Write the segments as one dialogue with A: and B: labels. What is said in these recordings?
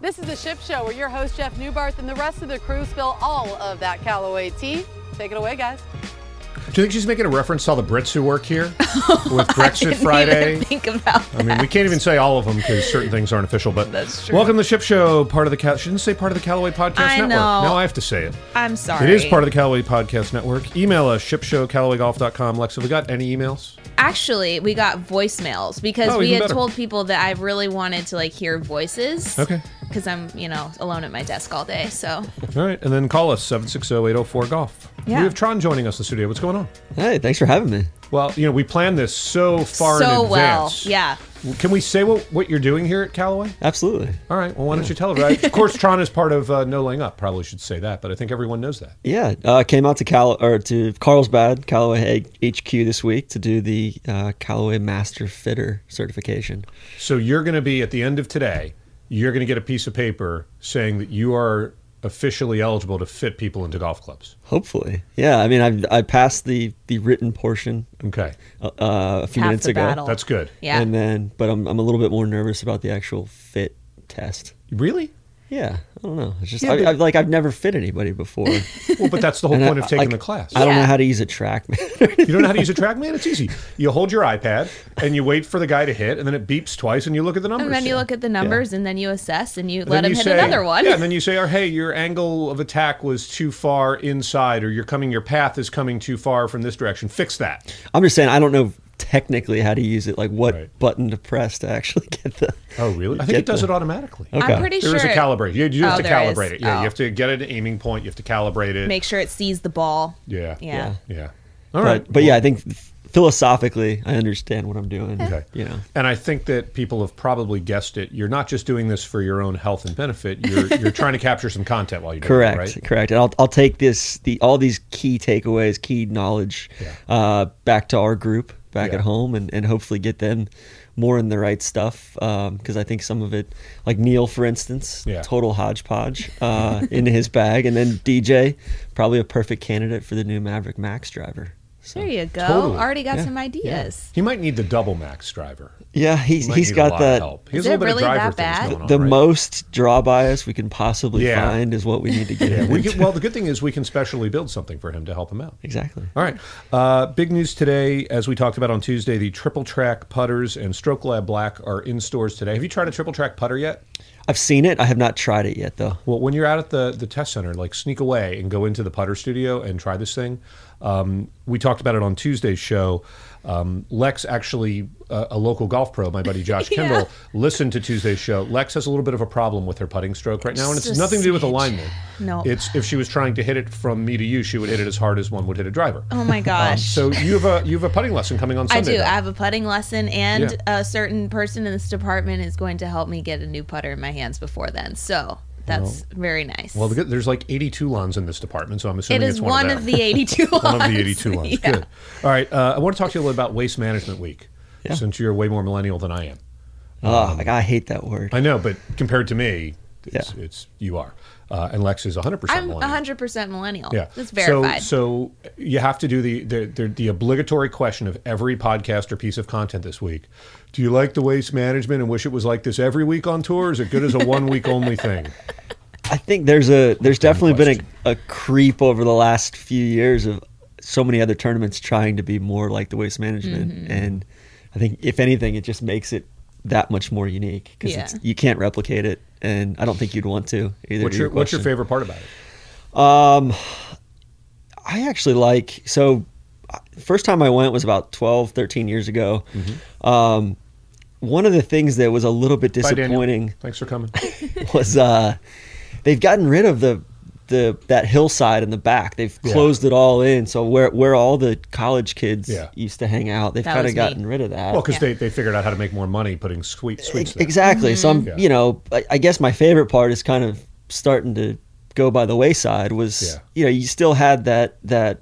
A: This is the Ship Show where your host Jeff Newbarth and the rest of the crew spill all of that Callaway tea. Take it away, guys.
B: Do you think she's making a reference to all the Brits who work here with Brexit Friday?
C: think about
B: I mean, we can't even say all of them because certain things aren't official. But
C: That's true.
B: Welcome to the Ship Show, part of the Cal- shouldn't say part of the Callaway Podcast
C: I
B: Network.
C: know.
B: Now I have to say it.
C: I'm sorry.
B: It is part of the Callaway Podcast Network. Email us shipshowcallawaygolf.com. Lex, have we got any emails?
C: Actually, we got voicemails because
B: Oh,
C: we
B: even
C: had
B: better.
C: told people that I really wanted to like hear voices.
B: Okay.
C: Because I'm, you know, alone at my desk all day. So
B: All right, and then call us oh, 760-804-GOLF.
C: Yeah.
B: We have Tron joining us in the studio. What's going on?
D: Hey, thanks for having me.
B: Well, you know, we planned this so far
C: so
B: in
C: well,
B: advance.
C: yeah.
B: Can we say what, what you're doing here at Callaway?
D: Absolutely.
B: All right. Well, why don't you tell everybody? of course, Tron is part of uh, No Laying Up. Probably should say that, but I think everyone knows that.
D: Yeah, uh, came out to Cal or to Carlsbad Callaway H- HQ this week to do the uh, Callaway Master Fitter certification.
B: So you're going to be at the end of today. You're going to get a piece of paper saying that you are officially eligible to fit people into golf clubs.
D: Hopefully, yeah. I mean, I I passed the the written portion
B: Okay,
D: uh, a few
C: Half
D: minutes
C: the
D: ago,
C: battle.
B: that's good.
C: Yeah.
D: and then but I'm I'm a little bit more nervous about the actual fit test.
B: Really?
D: Yeah, I don't know. It's just
B: Yeah,
D: I,
B: but-
D: I've, like I've never fit anybody before.
B: Well, but that's the whole
D: And I-
B: point of taking
D: like,
B: the class.
D: I don't know
C: Yeah.
D: how to use a track.
B: You don't know how to use a track man? It's easy. You hold your iPad and you wait for the guy to hit, and then it beeps twice, and you look at the numbers.
C: and then you look at the numbers and then you assess and you let
B: Then
C: him
B: you
C: hit
B: say-
C: another one.
B: Yeah, and then you say, "Oh, hey, your angle of attack was too far inside, or you're coming, your path is coming too far from this direction. Fix that."
D: I'm just saying I don't know technically how to use it. Like what
B: Right.
D: button to press to actually get the.
B: Oh, really? I think
D: Get
B: it does
D: the-
B: it automatically.
D: Okay.
C: I'm pretty
B: There
C: sure
B: is a
C: it-
B: calibrate. You, you have
C: Oh,
B: to
C: there is.
B: calibrate it. Yeah,
C: Oh.
B: you have to get an aiming point. You have to calibrate it.
C: Make sure it sees the ball.
B: yeah.
C: Yeah.
B: Yeah. All
D: but,
B: right.
D: But yeah, I think philosophically, I understand what I'm doing.
B: Okay.
D: You know.
B: And I think that people have probably guessed it. You're not just doing this for your own health and benefit. You're you're trying to capture some content while you do
D: Correct.
B: it, right?
D: Correct. And I'll, I'll take this the all these key takeaways, key knowledge, uh, back to our group back
B: Yeah.
D: at home, and and hopefully get them more in the right stuff because I think some of it, like Neil for instance,
B: Yeah.
D: total hodgepodge uh, in his bag, and then DJ probably a perfect candidate for the new Maverick Max driver. So.
C: There you go.
B: Totally.
C: Already got some ideas.
B: He might need the double max driver.
D: Yeah, he's
B: He might
D: he's
B: need a
D: got
B: lot of
D: that.
B: help. He
C: Is
B: has a
C: it
B: little bit of
C: really
B: driver
C: that
B: things
C: bad?
B: going on,
D: The
B: right?
D: most draw bias we can possibly
B: Yeah.
D: find is what we need to get
B: Yeah,
D: him
B: we
D: into.
B: can, well, the good thing is we can specially build something for him to help him out.
D: exactly.
B: All right. Uh, big news today, as we talked about on Tuesday, the triple track putters and Stroke Lab Black are in stores today. Have you tried a triple track putter yet?
D: I've seen it. I have not tried it yet, though.
B: Well, when you're out at the, the test center, like sneak away and go into the putter studio and try this thing. Um, we talked about it on Tuesday's show. Um, Lex actually, uh, a local golf pro, my buddy Josh Kendall, listened to Tuesday's show. Lex has a little bit of a problem with her putting stroke right now, and it's
C: Just
B: nothing to do with
C: snitch.
B: alignment.
C: No.
B: it's if she was trying to hit it from me to you, she would hit it as hard as one would hit a driver. Um,
C: Oh my gosh.
B: So you have a you have a putting lesson coming on
C: I
B: Sunday.
C: do.
B: though.
C: I have a putting lesson, and
B: Yeah.
C: a certain person in this department is going to help me get a new putter in my hands before then. So that's very nice.
B: well, the good- there's like 82 lawns in this department, so I'm
C: it
B: assuming
C: is
B: it's
C: one
B: of,
C: of,
B: them.
C: the 82
B: one of
C: ones.
B: the 82 ones.
C: Yeah.
B: Good. All right. Uh, I want to talk to you a little about Waste Management Week, since you're way more millennial than I am.
D: Oh, like, I hate that word.
B: Um, I know, but compared to me, it's,
D: Yeah.
B: it's you are, uh, and Lex is 100 percent
C: I'm
B: millennial.
C: 100% millennial.
B: Yeah,
C: That's verified.
B: So, so you have to do the, the the the obligatory question of every podcast or piece of content this week. Do you like the waste management and wish it was like this every week on tour? Is it good as a one week only thing?
D: I think there's a there's definitely been a, a creep over the last few years of so many other tournaments trying to be more like the waste management,
B: Mm-hmm.
D: and I think if anything, it just makes it that much more unique because
C: Yeah.
D: you can't replicate it, and I don't think you'd want to either.
B: What's
D: to
B: your what's your
D: question.
B: favorite part about it?
D: Um, I actually like so. uh, First time I went was about 12, 13 years ago. Um, one of the things that was a little bit
B: Mm-hmm. Bye, Daniel.
D: disappointing
B: Thanks for coming.
D: was uh, they've gotten rid of the the that hillside in the back. They've
B: Yeah.
D: closed it all in. So where where all the college kids
B: Yeah.
D: used to hang out, they've
C: That
D: kind
C: was
D: of
C: me.
D: gotten rid of that.
B: Well, because they, they figured out how to make more money putting sweet sweets.
D: Ex-
B: There.
D: Exactly. So I'm,
B: Yeah.
D: you know, I, I guess my favorite part is kind of starting to go by the wayside. Was
B: Yeah.
D: you know you still had that that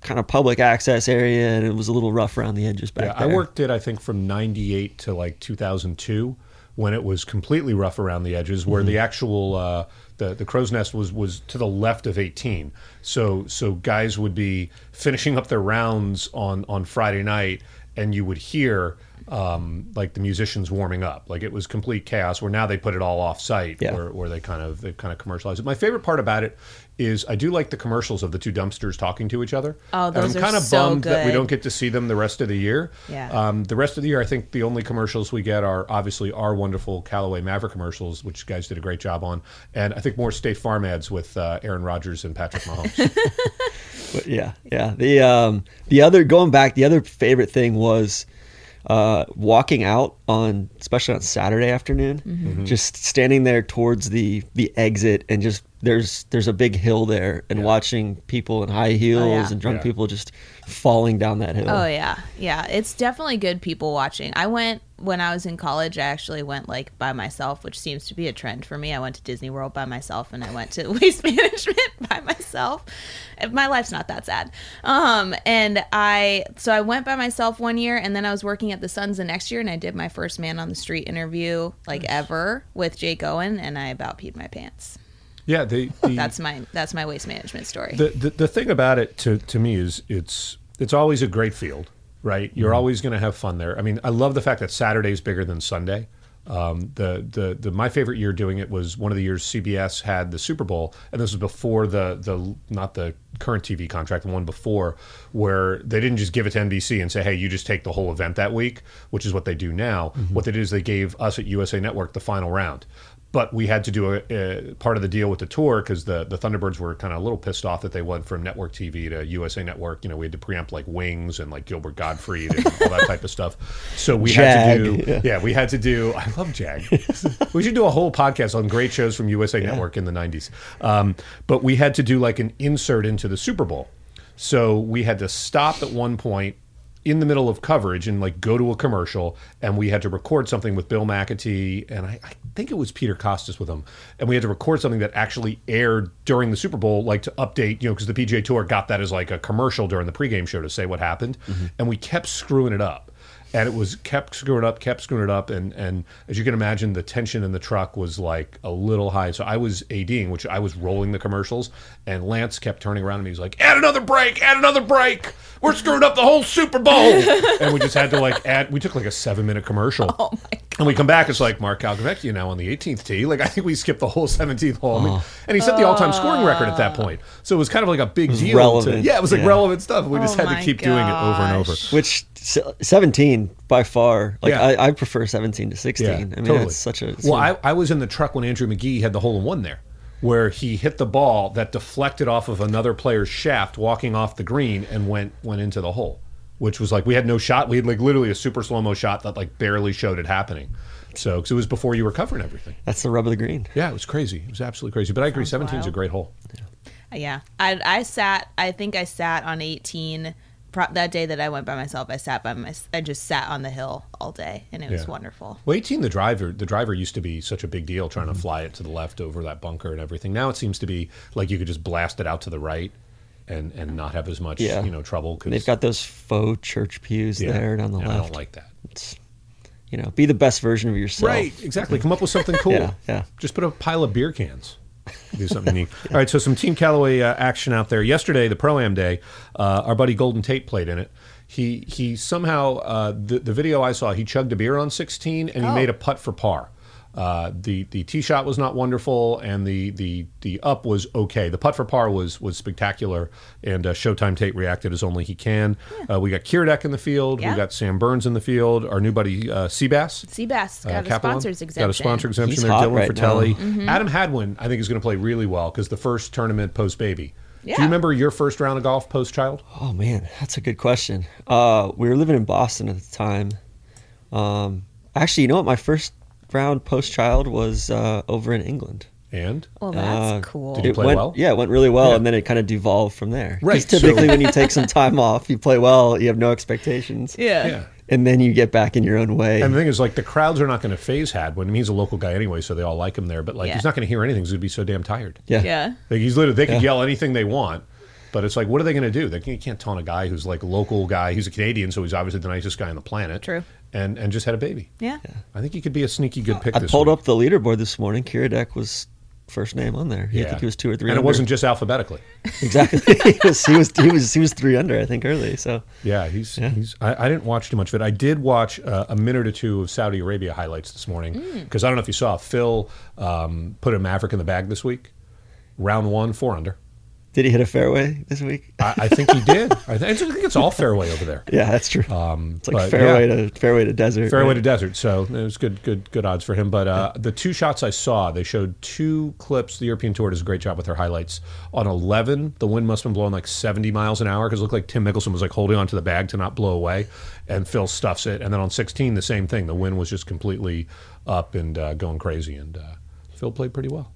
D: kind of public access area, and it was a little rough around the edges back
B: Yeah, I
D: there.
B: worked it, I think, from 98 to like 2002 when it was completely rough around the edges, where
D: Mm-hmm.
B: the actual. Uh, the, the crow's nest was, was to the left of 18 so so guys would be finishing up their rounds on on friday night and you would hear um, like the musicians warming up. Like it was complete chaos. Where now they put it all off site,
D: Yeah.
B: where, where they kind of they kind of commercialized it. My favorite part about it is I do like the commercials of the two dumpsters talking to each other.
C: Oh,
B: And
C: those
B: I'm
C: are
B: kind of
C: so
B: bummed that we
C: good.
B: don't get to see them the rest of the year.
C: Yeah.
B: Um, the rest of the year, I think the only commercials we get are obviously our wonderful Callaway Maverick commercials, which you guys did a great job on, and I think more State Farm ads with uh, Aaron Rodgers and Patrick Mahomes.
D: But yeah, yeah. The um, the other going back, the other favorite thing was uh, walking out on, especially on Saturday afternoon,
C: Mm-hmm.
B: Mm-hmm.
D: just standing there towards the the exit and just there's there's a big hill there and watching people in high heels
C: Oh, yeah.
D: and drunk
B: Yeah.
D: people just falling down that hill.
C: Oh yeah, yeah. It's definitely good people watching. I went when I was in college. I actually went like by myself, which seems to be a trend for me. I went to Disney World by myself, and I went to Waste Management by myself. If My life's not that sad. Um, and I so I went by myself one year, and then I was working at the Suns the next year, and I did my first man on the street interview like ever with Jake Owen, and I about peed my pants.
B: yeah, the, the
C: That's my that's my waste management story.
B: the, the the thing about it to to me is it's it's always a great field, right? You're always going to have fun there. I mean, I love the fact that Saturday's bigger than Sunday. Um, the, the the my favorite year doing it was one of the years CBS had the Super Bowl, and this was before the the not the current TV contract, the one before, where they didn't just give it to NBC and say, "Hey, you just take the whole event that week," which is what they do now. What they did is they gave us at USA Network the final round but we had to do a, a part of the deal with the tour because the, the Thunderbirds were kind of a little pissed off that they went from network TV to USA Network. You know, we had to preempt like Wings and like Gilbert Gottfried and all that type of stuff. So we had to
D: Jag,
B: do, yeah. we had to do. I love Jag. we should do a whole podcast on great shows from USA Network in the '90s. Um, but we had to do like an insert into the Super Bowl, so we had to stop at one point in the middle of coverage and like go to a commercial and we had to record something with Bill McAtee and I, I think it was Peter Costas with him and we had to record something that actually aired during the Super Bowl like to update you know because the PGA Tour got that as like a commercial during the pregame show to say what happened and we kept screwing it up and it was kept screwing up, kept screwing it up, and and as you can imagine, the tension in the truck was like a little high. So I was ading, which I was rolling the commercials, and Lance kept turning around and he was like, "Add another break, add another break. We're screwing up the whole Super Bowl." and we just had to like add. We took like a seven minute commercial. Oh my god! And we come back, it's like Mark Calcavecchia now on the 18th tee. Like I think we skipped the whole 17th hole, I mean, and he set the all time scoring record at that point. So it was kind of like a big deal. to-
D: relevant.
B: yeah, it was like
D: Yeah.
B: relevant stuff. We just
C: Oh
B: had to
C: my
B: keep doing it over and over.
C: gosh.
D: Which se- seventeen by far, like
B: Yeah.
D: I, I prefer seventeen to sixteen. I mean, it's such a
B: well. I, I was in the truck when Andrew McGee had the hole in one there, where he hit the ball that deflected off of another player's shaft, walking off the green and went went into the hole, which was like we had no shot. We had like literally a super slow mo shot that like barely showed it happening. So because it was before you were covering everything.
D: that's the rub of the green.
B: Yeah, it was crazy. It was absolutely crazy. But I agree, seventeen's a
C: wild.
B: great hole.
C: Yeah, I I sat. I think I sat on eighteen pro- that day that I went by myself. I sat by my. I just sat on the hill all day, and it was
B: Yeah.
C: wonderful.
B: Well, 18, the driver, the driver used to be such a big deal, trying
D: Mm-hmm.
B: to fly it to the left over that bunker and everything. Now it seems to be like you could just blast it out to the right, and and not have as much
D: Yeah.
B: you know trouble because
D: They've got those faux church pews there down the
B: and
D: left.
B: I don't like that.
D: It's, you know, be the best version of yourself.
B: Right, exactly. Come up with something cool.
D: Yeah, yeah.
B: Just put a pile of beer cans. Do something unique. All right, so some Team Callaway uh, action out there. Yesterday, the Pro Am Day, uh, our buddy Golden Tate played in it. He he somehow uh, the the video I saw, he chugged a beer on 16 and he
C: Oh.
B: made a putt for par. Uh, the the tee shot was not wonderful, and the the the up was okay. The putt for par was was spectacular, and uh, Showtime Tate reacted as only he can. Uh, we got Kierdek in the field.
C: Yeah.
B: We got Sam Burns in the field. Our new buddy uh, Seabass
C: Seabass
B: uh,
C: got a
B: Capelon.
C: sponsors exemption. Mm-hmm.
B: Got a sponsor exemption
D: He's
B: there.
D: hot
B: Dylan
D: right
B: Fratelli.
D: now.
B: Adam Hadwin, I think, is going to play really well because the first tournament post baby. Do
C: Yeah.
B: you remember your first round of golf post child?
D: Oh man, that's a good question. Uh, we were living in Boston at the time. Um, actually, you know what? My first round post child was uh, over in England.
B: And
C: Well, Oh, that's
D: Uh,
C: cool.
B: did you
D: it
B: play
D: went,
B: well?
D: Yeah, it went really well, and then it kind of devolved from there. 'Cause
B: Right, so-
D: Typically, when you take some time off, you play well, you have no expectations.
C: yeah.
B: yeah.
D: And then you get back in your own way.
B: And the thing is, like, the crowds are not going to phase Hadwin. I mean, he's a local guy anyway, so they all like him there. But like,
C: Yeah.
B: he's not going to hear anything. 'cause He's going to be so damn tired.
D: yeah.
C: Yeah.
B: Like, he's literally they could
D: Yeah.
B: yell anything they want. But it's like, what are they going to do? They can't, you can't taunt a guy who's like local guy. He's a Canadian, so he's obviously the nicest guy on the planet.
C: True.
B: And and just had a baby.
C: Yeah.
B: I think he could be a sneaky good pick.
D: I
B: this
D: pulled
B: week.
D: up the leaderboard this morning. Kiradek was first name on there. Yeah. I think he was two or three.
B: And it
D: under.
B: wasn't just alphabetically.
D: exactly. he, was, he was he was he was three under. I think early. So
B: Yeah, he's he's. I, I didn't watch too much of it. I did watch uh, a minute or two of Saudi Arabia highlights this morning because I don't know if you saw Phil um, put a Maverick in the bag this week, round one, four under.
D: did he hit a fairway this week?
B: I, I think he did. I, th- I think it's all fairway over there.
D: Yeah, that's true.
B: Um,
D: it's
B: but
D: like fairway
B: yeah.
D: to fairway to desert.
B: Fairway
D: right?
B: to desert, so it was good, good, good odds for him. But uh, the two shots I saw, they showed two clips. The European Tour does a great job with their highlights. On eleven, the wind must have been blowing like seventy miles an hour because it looked like Tim Mickelson was like holding onto the bag to not blow away, and Phil stuffs it. And then on sixteen, the same thing. The wind was just completely up and uh, going crazy, and uh, Phil played pretty well.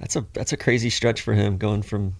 D: That's a that's a crazy stretch for him going from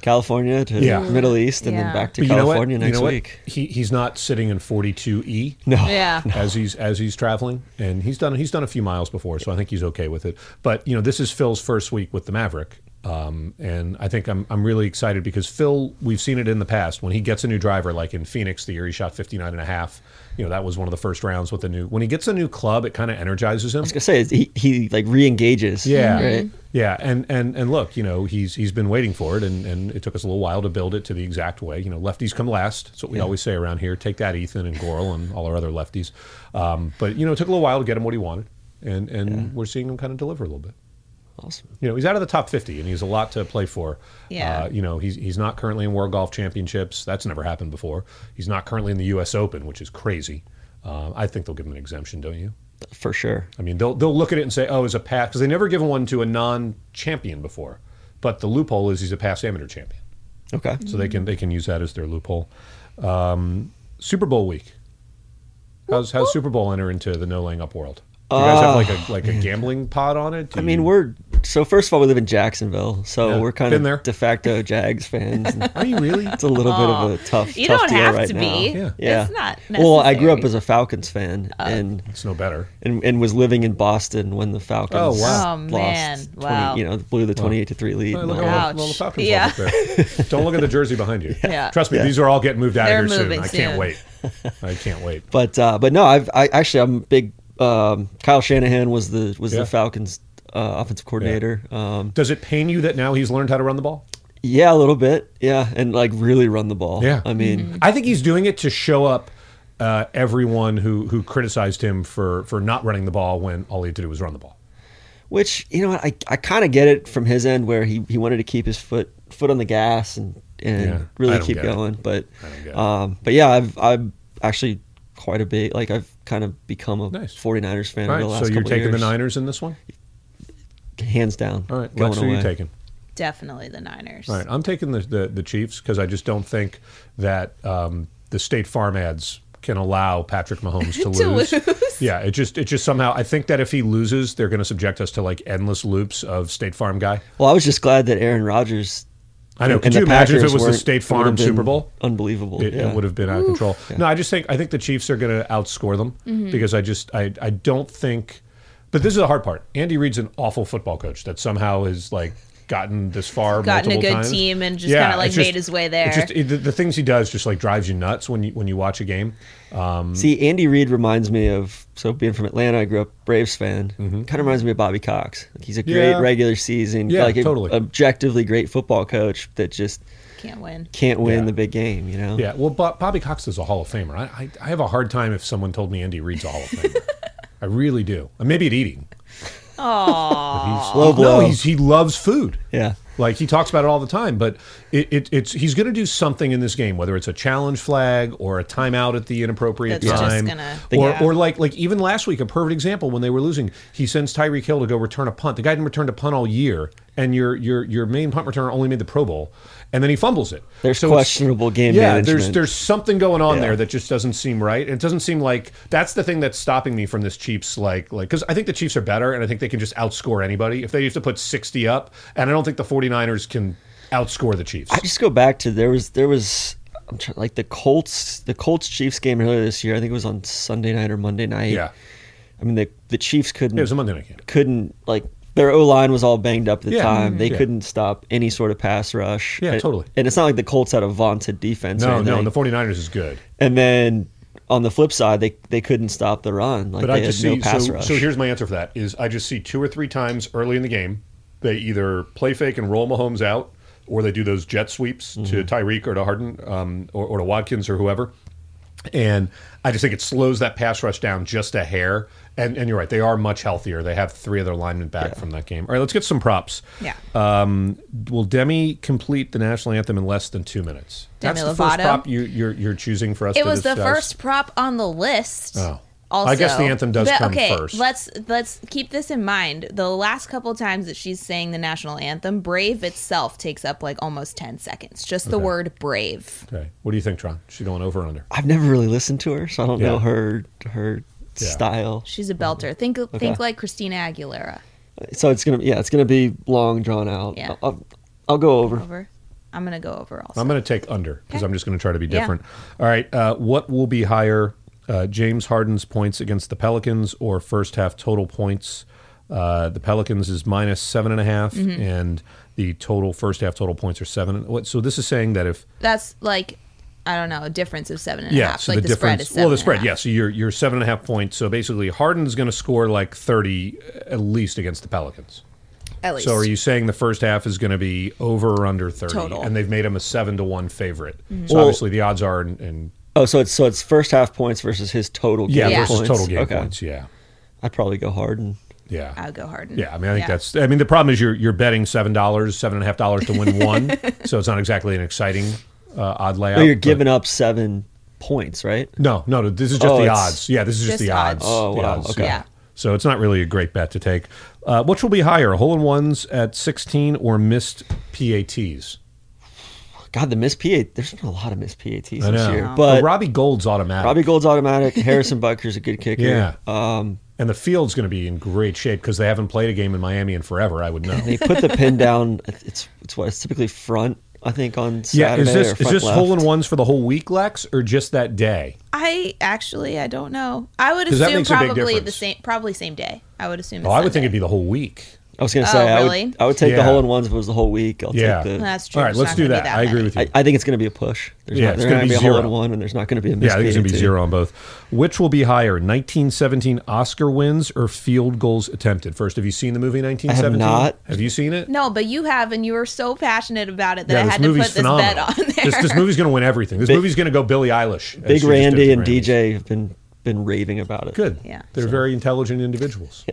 D: California to
B: Yeah.
D: Middle East and
C: Yeah.
D: then back to
B: But you know what?
D: California
B: you
D: next
B: know what?
D: week.
B: He, he's not sitting in forty two E.
D: No.
C: Yeah.
B: as he's as he's traveling, and he's done he's done a few miles before, so I think he's okay with it. But you know, this is Phil's first week with the Maverick, um, and I think I'm I'm really excited because Phil, we've seen it in the past when he gets a new driver, like in Phoenix the year he shot 59 and a half. You know, that was one of the first rounds with the new. When he gets a new club, it kind of energizes him.
D: I was gonna say he, he like re-engages.
B: Yeah,
D: Right?
B: yeah, and and and look, you know, he's he's been waiting for it, and and it took us a little while to build it to the exact way. You know, lefties come last. That's what we always say around here. Take that, Ethan and Goral and all our other lefties. Um, but you know, it took a little while to get him what he wanted, and and we're seeing him kind of deliver a little bit.
C: Mm-hmm.
D: Awesome.
B: You know, he's out of the top fifty, and he's a lot to play for.
C: Yeah.
B: Uh, you know, he's he's not currently in World Golf Championships. That's never happened before. He's not currently in the U.S. Open, which is crazy. Um, I think they'll give him an exemption, don't you?
D: For sure.
B: I mean, they'll they'll look at it and say, "Oh, it's a pass," because they never given one to a non-champion before. But the loophole is he's a past amateur champion,
D: Okay.
C: Mm-hmm.
B: so they can they can use that as their loophole. Um, Super Bowl week. How's how's Super Bowl enter into the no laying up world? Do you guys have
D: Ah,
B: like a like a gambling pod on it? Do
D: I mean,
B: you-
D: we're so first of all, we live in Jacksonville, so
B: Yeah,
D: we're kind
B: been
D: of
B: there.
D: de facto Jags fans. and
B: are you really?
D: it's a little bit of a tough,
C: Oh, You
D: tough
C: don't
D: deal
C: have
D: right
C: to
D: now.
C: be.
B: Yeah.
D: Yeah.
C: It's not
D: Well, I grew up
C: necessary. Uh,
D: as a Falcons fan and,
B: It's no better.
D: and and was living in Boston when the Falcons.
B: Oh, wow.
C: Oh,
D: lost
C: man.
D: 20
C: Wow.
D: You know, blew the twenty-eight to three lead.
B: Oh,
D: and
B: look
D: all
B: at
D: that.
B: all
C: Ouch.
B: the- all the Falcons
C: Yeah.
B: up there. Don't look at the jersey behind you.
C: Yeah.
B: Trust me,
D: Yeah.
B: these are all getting moved out
C: They're
B: of here soon.
C: moving
B: I can't
C: soon.
B: wait. I can't wait.
D: But uh, but no, I've I actually I'm a big um, Kyle Shanahan was the was
B: Yeah.
D: the Falcons uh, offensive coordinator. Yeah. Um,
B: Does it pain you that now he's learned how to run the ball?
D: yeah, a little bit. Yeah, and like really run the ball. I mean,
C: Mm-hmm.
B: I think he's doing it to show up uh, everyone who who criticized him for for not running the ball when all he had to do was run the ball.
D: which you know I I kind of get it from his end where he he wanted to keep his foot foot on the gas and and
B: Yeah, I
D: really
B: don't
D: keep
B: get it.
D: going. But
B: I don't get it.
D: um, but yeah, I've I've actually quite a bit like I've kind of become a
B: Nice.
D: 49ers fan
B: All
D: over the
B: right, so
D: last
B: you're
D: couple
B: taking the
D: years.
B: Niners in this one.
D: hands down.
B: All right,
D: going
B: Lex, who are you
D: away.
B: taking?
C: Definitely the Niners.
B: All right, I'm taking the the, the Chiefs because I just don't think that um, the State Farm ads can allow Patrick Mahomes to,
C: To
B: lose.
C: lose.
B: Yeah, it just it just somehow I think that if he loses, they're going to subject us to like endless loops of State Farm guy.
D: Well, I was just glad that Aaron Rodgers.
B: I know.
D: and
B: Could
D: the
B: you imagine if it
D: Packers
B: was the
D: weren't-
B: State
D: it would've
B: Farm Super
D: been
B: Bowl?
D: Unbelievable.
B: it,
D: yeah.
B: it would have been out of control. No, I just think I think the Chiefs are going to outscore them
C: Mm-hmm.
B: because I just I I don't think. But this is the hard part. Andy Reid's an awful football coach that somehow has like gotten this far,
C: Gotten a
B: multiple
C: good
B: times.
C: team and just kinda, like,
B: it's
C: made his way
B: it's
C: there.
B: Just, it- the, the things he does just like drives you nuts when you when you watch a game. Um,
D: Mm-hmm. See, Andy Reid reminds me of so being from Atlanta. I grew up Braves fan. Kind of reminds me of Bobby Cox. Like, he's a great
B: Yeah.
D: regular season,
B: Yeah,
D: like a-
B: totally.
D: objectively great football coach that just
C: Can't win.
D: can't win
B: Yeah.
D: the big game. You know?
B: yeah, well, Bo- Bobby Cox is a Hall of Famer. I, I I have a hard time if someone told me Andy Reid's a Hall of Famer. I really do. Maybe at eating.
C: Aww.
B: He's,
D: Low blow.
B: No, he's, he loves food.
D: Yeah.
B: Like he talks about it all the time, but it, it, it's he's going to do something in this game, whether it's a challenge flag or a timeout at the inappropriate
C: That's just
B: time,
C: gonna-
B: or
C: Yeah.
B: or like like even last week, a perfect example when they were losing, he sends Tyreek Hill to go return a punt. The guy didn't return a punt all year, and your your your main punt returner only made the Pro Bowl, and then he fumbles it.
D: There's
B: So it's-
D: questionable game
B: yeah,
D: management.
B: there's there's something going on
D: Yeah.
B: there that just doesn't seem right. It doesn't seem like that's the thing that's stopping me from this Chiefs like like because I think the Chiefs are better and I think they can just outscore anybody if they have to put 60 up and I don't think the 49ers can outscore the Chiefs.
D: I just go back to there was there was I'm trying, like the Colts the Colts Chiefs game earlier this year. I think it was on Sunday night or Monday night.
B: yeah,
D: I mean the the Chiefs couldn't
B: it was a Monday night game.
D: couldn't like their O line was all banged up at the
B: Yeah. Mm-hmm.
D: time. They
B: Yeah.
D: couldn't stop any sort of pass rush.
B: Yeah,
D: And-
B: totally.
D: And it's not like the Colts had a vaunted defense. or
B: No, no,
D: anything.
B: and the 49ers is good.
D: and then on the flip side, they they couldn't stop the run. Like
B: But
D: they
B: I just
D: had
B: see
D: no pass
B: so,
D: rush.
B: so here's my answer for that is I just see two or three times early in the game They either play fake and roll Mahomes out, or they do those jet sweeps to
D: Mm-hmm.
B: Tyreek or to Harden um, or, or to Watkins or whoever. And I just think it slows that pass rush down just a hair. And, and you're right, they are much healthier. They have three other linemen back from that game. All right, let's get some props.
C: Yeah.
B: Um, will Demi complete the national anthem in less than two minutes?
C: Demi
B: That's the first
C: Lovato?
B: prop you, you're, you're choosing for us.
C: It
B: to
C: was the
B: discuss.
C: first prop on the list.
B: Oh.
C: Also,
B: I guess the anthem does come
C: okay,
B: first.
C: Let's let's keep this in mind. The last couple times that she's saying the national anthem, "Brave" itself takes up like almost ten seconds. Just the word "brave."
B: Okay. What do you think, Tron? She going over or under?
D: I've never really listened to her, so I don't know
B: Yeah.
D: her her
B: Yeah.
D: style.
C: She's a belter. Think think like Christina Aguilera.
D: So it's gonna yeah, it's gonna be long drawn out.
C: Yeah.
D: I'll, I'll go over.
C: Over. I'm gonna go over also.
B: I'm going to take under because
C: Okay.
B: I'm just going to try to be
C: Yeah.
B: different. All right. Uh, what will be higher, uh, James Harden's points against the Pelicans or first half total points? Uh, the Pelicans is minus seven and a half,
C: Mm-hmm.
B: and the total first half total points are seven. What? So this is saying that if
C: That's like I don't know a difference of seven and a half.
B: yeah, so
C: like
B: the,
C: the,
B: difference.
C: spread is seven.
B: well, the
C: and a
B: spread.
C: half.
B: Yeah. So you're you're seven and a half points. So basically, Harden's going to score like thirty uh, at least against the Pelicans.
C: At least.
B: So are you saying the first half is going to be over or under 30?
C: Total. Mm-hmm.
B: And they've made him a 7 to 1 favorite. So
D: Well-
B: obviously the odds are in, in
D: Oh, so it's so it's first half points versus his total game
B: yeah,
C: Yeah.
B: versus
D: points.
B: total game
D: okay.
B: points, yeah.
D: I'd probably go hard and
B: Yeah.
C: I'll go Harden.
B: yeah, I mean, I think
C: Uh, Yeah.
B: that's. I mean, the problem is you're you're betting seven dollars, seven and a half dollars to win one, so it's not exactly an exciting uh, odd layout.
D: oh, you're
B: but-
D: giving up seven points, right?
B: No, no, no. This is just
D: Oh,
B: the
D: it's-
B: odds. Yeah, this is just,
C: Just
B: the odds.
C: odds.
D: Oh,
B: The
D: wow,
B: odds,
D: okay.
C: Yeah.
B: So it's not really a great bet to take. Uh, which will be higher, hole in ones at 16 or missed PATs?
D: God, the miss PA. There's been a lot of miss PATs
B: I
D: this
B: know.
D: year,
B: Well,
D: but
B: Robbie Gold's automatic.
D: Robbie Gold's automatic. Harrison Bucker's a good kicker.
B: Yeah.
D: Um,
B: And the field's going to be in great shape because they haven't played a game in Miami in forever. I would know.
D: they put the pin down. It's it's what it's typically front. I think on
B: yeah,
D: Saturday
B: is
D: or
B: this is
D: front
B: this
D: left.
B: hole in ones for the whole week, Lex, or just that day?
C: I actually I don't know. I would
B: 'Cause that
C: assume
B: makes a big
C: probably the
B: difference.
C: same probably same day. I would assume.
B: Oh, I would think it'd be the whole week.
D: I was gonna
C: Oh,
D: say I
C: really?
D: would I would take the
B: Yeah.
D: hole in ones was the whole week. I'll
B: Yeah,
D: take the.
C: That's true.
B: All right,
C: It's
B: let's
C: not
B: do
C: gonna be
B: that. I agree
C: many.
B: with you.
D: I, I think it's going to be a push. There's
B: Yeah,
D: not,
B: it's
D: there's
B: gonna
D: not
B: be
D: going to be a hole
B: zero.
D: in one, and there's not going to be a miss.
B: yeah, I think it's going to be
D: PAT.
B: zero on both. Which will be higher, 1917 Oscar wins or field goals attempted? First, have you seen the movie 1917?
D: not.
B: Have you seen it?
C: No, but you have, and you were so passionate about it that I
B: this
C: had to put
B: movie's
C: this bet
B: phenomenal.
C: on there.
B: This, this movie's going to win everything. This movie's going to go Billie Eilish. as she
D: Big
B: just did with
D: Randy and
B: Randy.
D: DJ have been been raving about it.
B: Good.
C: Yeah.
B: They're very intelligent individuals.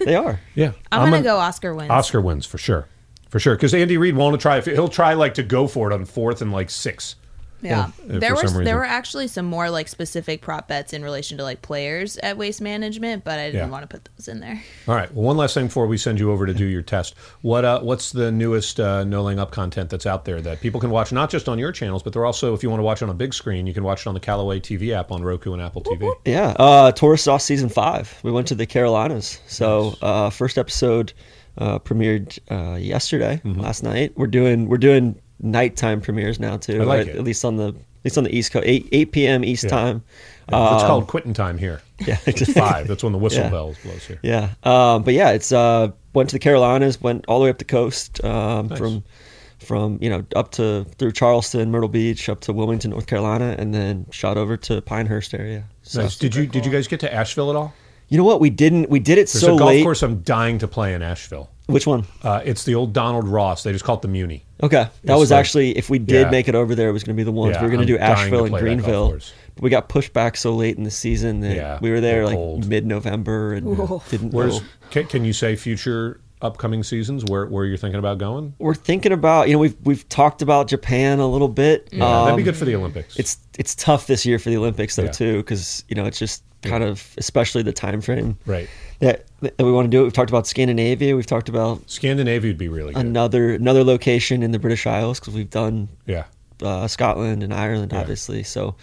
D: they are.
B: Yeah.
C: I'm, gonna go Oscar wins.
B: Oscar wins for sure, for sure. Because Andy Reid won't try. He'll try like to go for it on fourth and like six.
C: Yeah,
B: Yeah,
C: there
B: for
C: were
B: some reason.
C: there were actually some more like specific prop bets in relation to like players at Waste Management, but I didn't
B: Yeah.
C: want to put those in there.
B: All right. Well, one last thing before we send you over to do your test. What uh, what's the newest uh, No Laying Up content that's out there that people can watch not just on your channels, but they're also if you want to watch it on a big screen, you can watch it on the Callaway TV app on Roku and Apple TV.
D: Yeah. Uh, Taurus off season five. We went to the Carolinas. So uh, first episode uh, premiered uh, yesterday,
B: Mm-hmm.
D: last night. We're doing we're doing nighttime premieres now too.
B: I like
D: or
B: it.
D: At least on the at least on the East Coast, eight eight p.m. East time.
B: it's
D: Um,
B: called quitting time here.
D: yeah.
B: It's five. That's when the whistle
D: Yeah.
B: bells blows here.
D: Yeah, um, but yeah, it's uh, went to the Carolinas, went all the way up the coast um, from from you know up to through Charleston, Myrtle Beach, up to Wilmington, North Carolina, and then shot over to Pinehurst area. So
B: Nice. Did you did you guys get to Asheville at all?
D: you know what we didn't we did it
B: There's
D: so
B: a golf
D: late.
B: course I'm dying to play in Asheville.
D: Which one?
B: Uh, it's the old Donald Ross. They just call it the Muni.
D: Okay, that
B: It's
D: was
B: like-
D: actually if we did
B: yeah.
D: make it over there, it was going to be the ones
B: Yeah,
D: we were going
B: I'm
D: to do
B: dying to
D: Asheville and
B: play that golf
D: Greenville.
B: course.
D: But we got pushed back so late in the season that
B: Yeah,
D: we were there
B: they're
D: like
B: cold.
D: mid-November and didn't
B: Where's
D: know.
B: can, can you say future upcoming seasons where where you're thinking about going?
D: We're thinking about you know we've we've talked about Japan a little bit.
B: Yeah, that'd be
D: Um,
B: good for the Olympics.
D: it's it's tough this year for the Olympics though
B: Yeah.
D: too, 'cause too because you know it's just kind of especially the time frame
B: right.
D: that that we want to do it. We've talked about Scandinavia. We've talked about
B: Scandinavia would be really good.
D: another another location in the British Isles because we've done
B: yeah.
D: uh, Scotland and Ireland obviously. So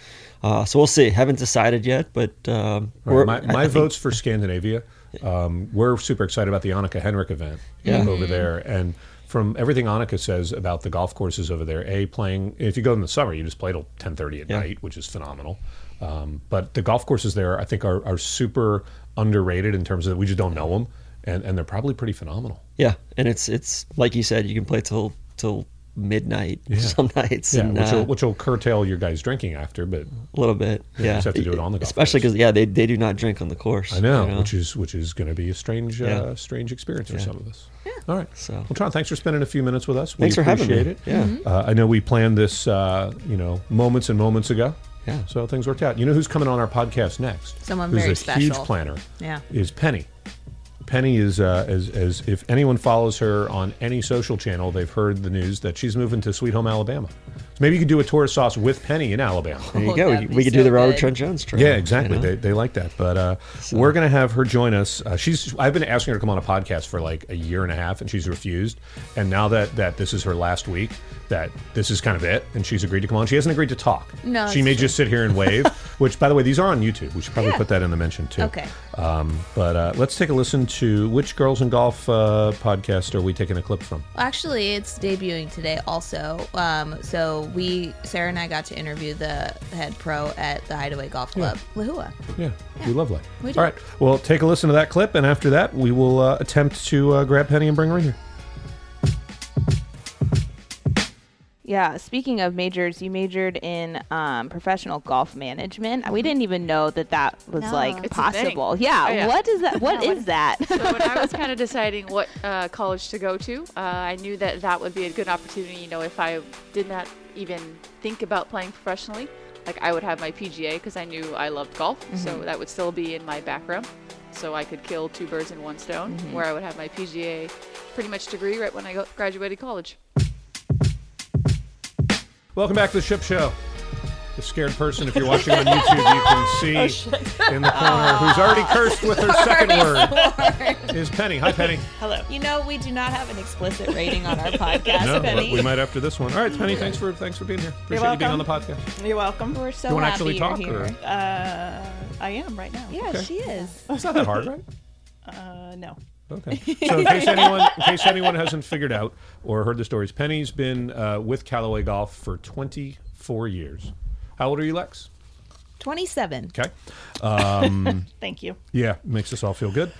D: uh, so we'll see. Haven't decided yet, but um,
B: Right.
D: we're-
B: My,
D: I-
B: my
D: I think-
B: vote's for Scandinavia. Um, we're super excited about the Annika Henrik event
D: Yeah.
B: over there. And from everything Annika says about the golf courses over there, A, playing, if you go in the summer, you just play till 10.30 at
D: Yeah.
B: night, which is phenomenal. Um, but the golf courses there, I think, are, are super underrated in terms of we just don't know them. And, and they're probably pretty phenomenal.
D: yeah, and it's it's like you said, you can play till till midnight
B: Yeah.
D: some nights.
B: Yeah,
D: and,
B: which, will,
D: uh,
B: which will curtail your guys drinking after, but
D: a little bit. Yeah,
B: you just have to do it on the golf
D: especially
B: course.
D: because yeah, they, they do not drink on the course.
B: I know,
D: you
B: which is which is going to be a strange,
D: Yeah.
B: uh, strange experience for
D: Yeah.
B: some of us. Yeah. All right.
D: So-
B: well, Tron, thanks for spending a few minutes with us. We
D: Thanks for having me.
B: appreciate it.
D: Yeah.
C: Mm-hmm.
D: Mhm.
B: Uh, I know we planned this, uh, you know, moments and moments ago.
D: Yeah.
B: So things worked out. You know who's coming on our podcast next?
C: Someone
B: who's
C: very
B: a huge
C: special.
B: planner.
C: Yeah.
B: Is Penny. Penny is uh, as as if anyone follows her on any social channel, they've heard the news that she's moving to Sweet Home Alabama. So maybe you could do a tour sauce with Penny in Alabama.
D: there you
C: Oh,
D: go. We,
C: that'd be
D: we could
C: so
D: do the Robert
C: good.
D: Trent Jones trial.
B: Yeah, exactly.
D: you know?
B: They, they like that. But uh, we're going to have her join us. Uh, she's I've been asking her to come on a podcast for like a year and a half, and she's refused. And now that that this is her last week, that this is kind of it, and she's agreed to come on. She hasn't agreed to talk.
C: No,
B: she
C: it's
B: may
C: true.
B: just sit here and wave. which, by the way, these are on YouTube. We should probably
C: Yeah.
B: put that in the mention too.
C: Okay.
B: Um, but uh, let's take a listen to which girls in golf uh, podcast are we taking a clip from?
C: Actually, it's debuting today also. Um, so we, Sarah and I got to interview the head pro at the Hideaway Golf Club, Lahua.
B: Yeah, we love that.
C: We do.
B: All right. Well, take a listen to that clip, and after that, we will uh, attempt to uh, grab Penny and bring her in here.
E: Yeah, speaking of majors, you majored in um, professional golf management.
B: Mm-hmm.
E: We didn't even know that that was
C: No.
E: like
F: It's a thing.
E: possible. Yeah,
F: Oh, yeah.
E: what is that? What
F: Yeah,
E: is that?
F: So when I was kind of deciding what uh, college to go to, uh, I knew that that would be a good opportunity. You know, if I did not even think about playing professionally, like I would have my PGA because I knew I loved golf, so that would still be in my background. So I could kill two birds in one stone, where I would have my PGA pretty much degree right when I go- graduated college.
B: Welcome back to the Ship Show. The scared person, if you're watching on YouTube,
G: Oh,
B: you can see in the corner who's already cursed with her second word is Penny. Hi, Penny.
C: Hello. You know, we do not have an explicit rating on our podcast,
B: No,
C: Penny.
B: we might after this one. All right, Penny. Thanks for thanks for being here. Appreciate you being on the podcast.
G: You're welcome.
C: We're so
B: you wanna
C: happy
B: actually
C: you're
B: talk?
C: here.
B: Or?
G: Uh, I am right now.
C: Yeah, she is.
B: It's not that hard, right?
G: Uh, no.
B: Okay. So in case anyone in case anyone hasn't figured out or heard the stories, Penny's been uh, with Callaway Golf for 24 years. How old are you, Lex?
C: 27.
B: Okay.
G: Thank you.
B: Yeah, makes us all feel good.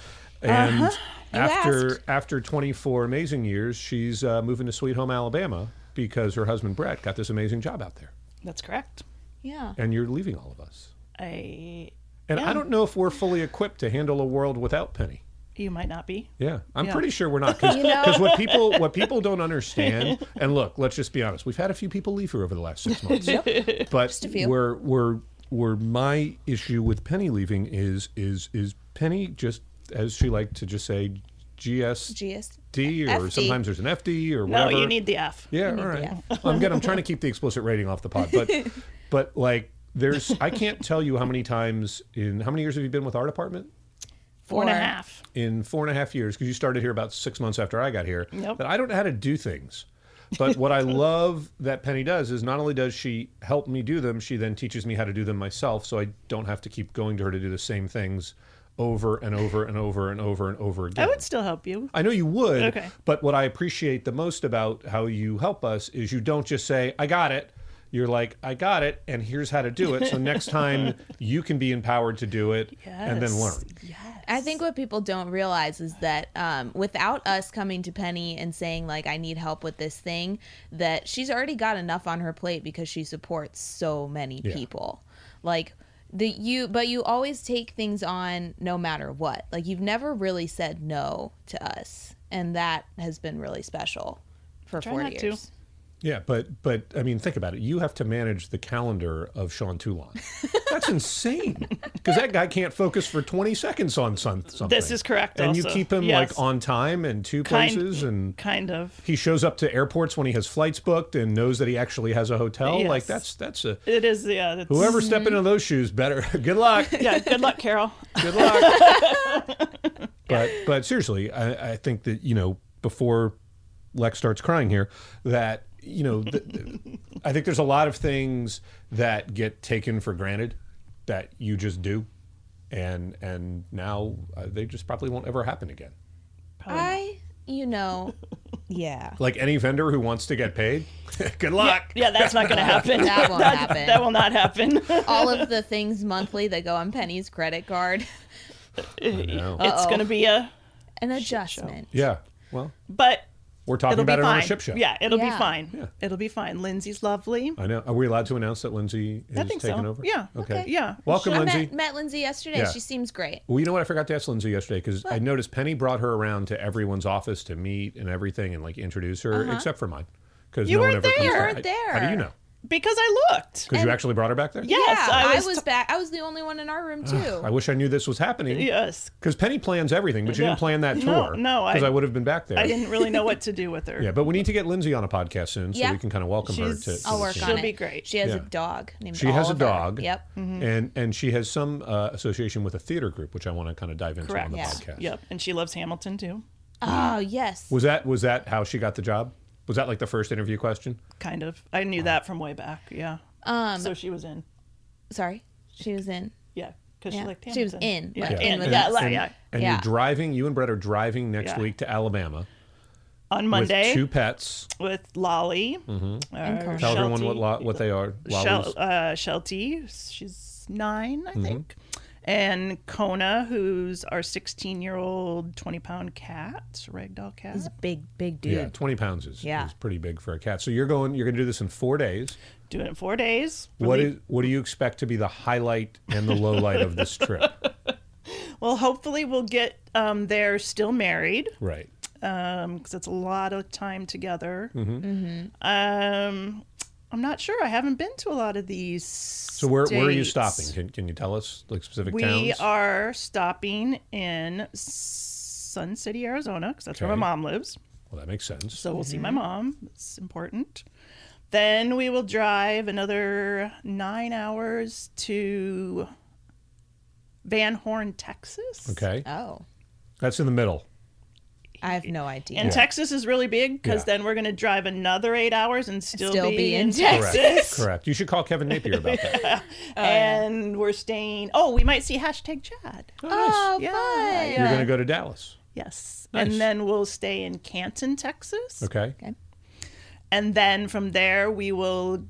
B: And after
C: asked.
B: after 24 amazing years, she's uh, moving to Sweet Home Alabama because her husband Brett got this amazing job out there,
G: That's correct.
C: Yeah.
B: and you're leaving all of us.
G: I.
B: And
G: Yeah.
B: I don't know if we're fully equipped to handle a world without Penny.
G: You might not be.
B: Yeah, I'm
G: Yeah.
B: pretty sure we're not because
C: You know-
B: what people what people don't understand. And look, let's just be honest. We've had a few people leave here over the last six months, but
C: a few.
B: we're we're we're my issue with Penny leaving is is is Penny just as she liked to just say GS
C: GS.
B: D or
C: FD.
B: sometimes there's an FD or
G: No,
B: whatever.
G: Oh, you need the F.
B: Yeah, all right. I'm good. I'm trying to keep the explicit rating off the pod, but but like there's I can't tell you how many times in how many years have you been with our department?
G: Four and a
C: Four.
G: half.
B: in four and a half years because you started here about six months after I got here.
G: Yep.
B: That I don't know how to do things. But what I love that Penny does is not only does she help me do them, she then teaches me how to do them myself, so I don't have to keep going to her to do the same things over and over and over and over and over again.
G: I would still help you.
B: I know you would,
G: Okay.
B: but what I appreciate the most about how you help us is you don't just say, I got it. You're like, I got it, and here's how to do it. So next time you can be empowered to do it and then
G: Yes.
B: learn.
G: Yes.
C: I think what people don't realize is that um, without us coming to Penny and saying like I need help with this thing, that she's already got enough on her plate because she supports so many
B: Yeah.
C: people. Like the you, but you always take things on no matter what. Like you've never really said no to us, and that has been really special for
G: Try
C: four
G: not to.
C: years.
B: Yeah, but but I mean, think about it. You have to manage the calendar of Sean Toulon. That's insane because that guy can't focus for twenty seconds on some, something.
G: This is correct
B: And you
G: also.
B: keep him
G: Yes.
B: like on time and two
G: Kind-
B: places, and
G: Kind of.
B: he shows up to airports when he has flights booked and knows that he actually has a hotel.
G: Yes. Mm-hmm.
B: Like that's that's a
G: It is. Yeah. It's,
B: whoever stepping into those shoes better. Good luck.
G: Yeah. Good luck, Carol.
B: Good luck. but but seriously, I, I think that you know before Lex starts crying here, that you know, th- I think there's a lot of things that get taken for granted that you just do, and and now uh, they just probably won't ever happen again.
C: I, you know, yeah.
B: Like any vendor who wants to get paid, good luck.
G: Yeah, that's not going to happen.
C: That won't happen.
G: That will not happen.
C: All of the things monthly that go on Penny's credit card,
B: know.
G: It's going to be a.
C: an adjustment.
B: Yeah. Well,
G: But
B: We're talking
G: It'll
B: about
G: be
B: it on
G: fine.
B: our ship show.
G: Yeah, it'll be
E: Yeah.
G: fine. It'll be fine. Lindsay's lovely.
B: I know. Are we allowed to announce that Lindsay is
G: I think
B: taking
G: so.
B: over?
G: Yeah.
B: Okay.
G: Okay. Yeah.
B: Welcome,
C: I
B: Lindsay.
C: met, met Lindsay yesterday.
B: Yeah.
C: She seems great.
B: Well, you know what? I forgot to ask Lindsay yesterday because I noticed Penny brought her around to everyone's office to meet and everything and like introduce her, except for mine. Because
G: Uh-huh. You
B: no one
G: weren't
B: ever comes
G: there. You
B: back.
C: weren't there.
B: How do you know?
G: Because I looked.
B: Because you actually brought her back there?
G: Yes,
C: yeah,
G: I
C: I
G: was
C: was,
G: t-
C: back. I was the only one in our room too.
B: I wish I knew this was happening.
G: Yes.
B: Because Penny plans everything, but you
G: Yeah.
B: didn't plan that
G: No,
B: tour.
G: no, I-
B: Because I, would have been back there.
G: I didn't really know what to do with her.
B: Yeah, but we need to get Lindsay on a podcast soon so
C: Yeah.
B: we can kind of welcome
G: She's-
B: her to. to
C: I'll
B: the
C: work
B: team.
C: on
G: She'll
C: it.
G: be great.
C: She has a
B: Yeah.
C: dog named.
B: She has a
C: Oliver.
B: dog.
C: Yep.
G: Mm-hmm.
B: And and she has some uh, association with a theater group, which I want to kind of dive into
G: Correct.
B: on the
C: Yeah.
B: podcast.
G: Yep. And she loves Hamilton too.
C: Oh yes.
B: Was that was that how she got the job? Was that like the first interview question?
G: Kind of. I knew that from way back. Yeah. Um. So she was in.
C: Sorry, she was in.
G: Yeah. Because
C: Yeah.
G: she liked Hamilton.
C: She was in,
G: Yeah.
C: like,
G: Yeah.
C: in
B: And,
C: with
G: yeah.
C: us.
G: like,
B: and-
G: yeah.
B: and
C: Yeah.
B: you're driving. You and Brett are driving next
G: Yeah.
B: week to Alabama
G: On Monday
B: with two
G: with,
B: pets.
G: Lolly. uh,
C: Carl.
B: Tell everyone
G: Sheltie.
B: what lo- what they are.
G: Shel-
B: Lollies. Mm-hmm.
G: uh, Sheltie, she's nine, I think, and Kona, who's our 16 year old 20 pound cat, ragdoll cat.
C: He's a big, big dude.
B: yeah, 20 pounds is,
C: Yeah.
B: is pretty big for a cat. So you're going. You're going to do this in four days.
G: Doing it four days.
B: What
G: Really-
B: is what do you expect to be the highlight and the low light of this trip?
G: Well, hopefully, we'll get um, there still married
B: Right.
G: because it's a lot of time together.
B: Mm-hmm.
G: Um, I'm not sure. I haven't been to a lot of these.
B: So where, where are you
G: states.
B: stopping? Can, can you tell us like specific
G: We
B: towns?
G: are stopping in Sun City, Arizona, because that's where
B: Okay.
G: my mom lives.
B: well, that makes sense.
G: So we'll see my mom. It's important. Then we will drive another nine hours to Van Horn, Texas.
B: okay,
C: Oh,
B: that's in the middle.
C: I have no idea.
G: And Texas is really big because
B: Yeah.
G: then we're going to drive another eight hours and still,
C: Still be in
B: Correct. Correct. You should call Kevin Napier about that.
G: and we're staying. Oh, we might see hashtag Chad.
B: Oh,
C: oh,
B: nice.
G: Yeah,
C: fun.
B: You're going to go to Dallas.
G: Yes.
B: Nice.
G: And then we'll stay in Canton, Texas.
B: Okay.
G: And then from there, we will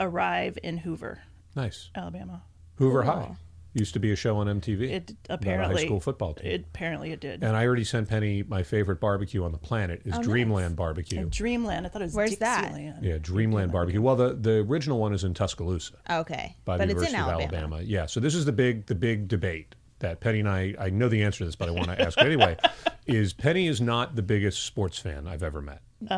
G: arrive in Hoover,
B: Nice.
G: Alabama.
B: Hoover High used to be a show on MTV.
G: It
B: about
G: apparently.
B: a high school football team.
G: It, apparently it did.
B: and I already sent Penny my favorite barbecue on the planet is Dreamland Barbecue.
G: Dreamland. I thought it was
C: Where's that?
G: Dixieland.
B: yeah, Dreamland Barbecue. Well, the, the original one is in Tuscaloosa.
C: Okay,
B: by
C: but
B: the
C: it's in
B: University of
C: Alabama.
B: Alabama. Yeah. So this is the big the big debate that Penny and I I know the answer to this, but I want to ask it anyway. Is Penny is not the biggest sports fan I've ever met.
G: I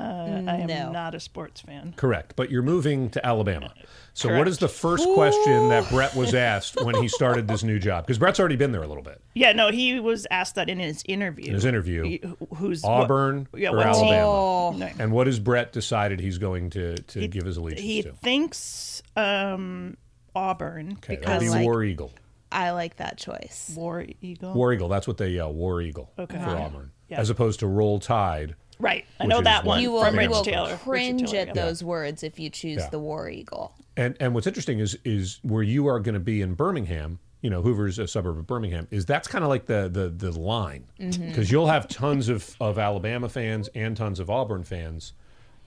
G: am
C: No.
G: not a sports fan.
B: Correct. But you're moving to Alabama. So what is the first question that Brett was asked when he started this new job? Because Brett's already been there a little bit
G: Yeah, no, he was asked that in his interview.
B: in his interview.
G: Who's what-
B: Auburn
G: yeah,
B: or
G: what team?
B: Alabama.
C: Oh,
G: No.
B: And what has Brett decided he's going to, to give his allegiance
G: He
B: to?
G: thinks um, Auburn
B: Okay, that'd
G: because
B: be
C: like-
B: War Eagle.
C: I like that choice.
G: War Eagle.
B: War Eagle, that's what they yell, War Eagle
G: Okay.
B: for Auburn.
G: Yeah.
B: As opposed to Roll Tide,
G: right, I
B: Which
G: know
B: is
G: that
B: what
G: one
C: You will,
G: from
B: you
G: Rich
B: will
G: Taylor.
C: cringe
G: Richard Taylor,
C: at
G: yeah. Oh.
C: those words if you choose
B: Yeah.
C: the War Eagle.
B: And and what's interesting is is where you are going to be in Birmingham. You know, Hoover's a suburb of Birmingham. Is that's kind of like the the the line because
G: Mm-hmm.
B: you'll have tons of of Alabama fans and tons of Auburn fans.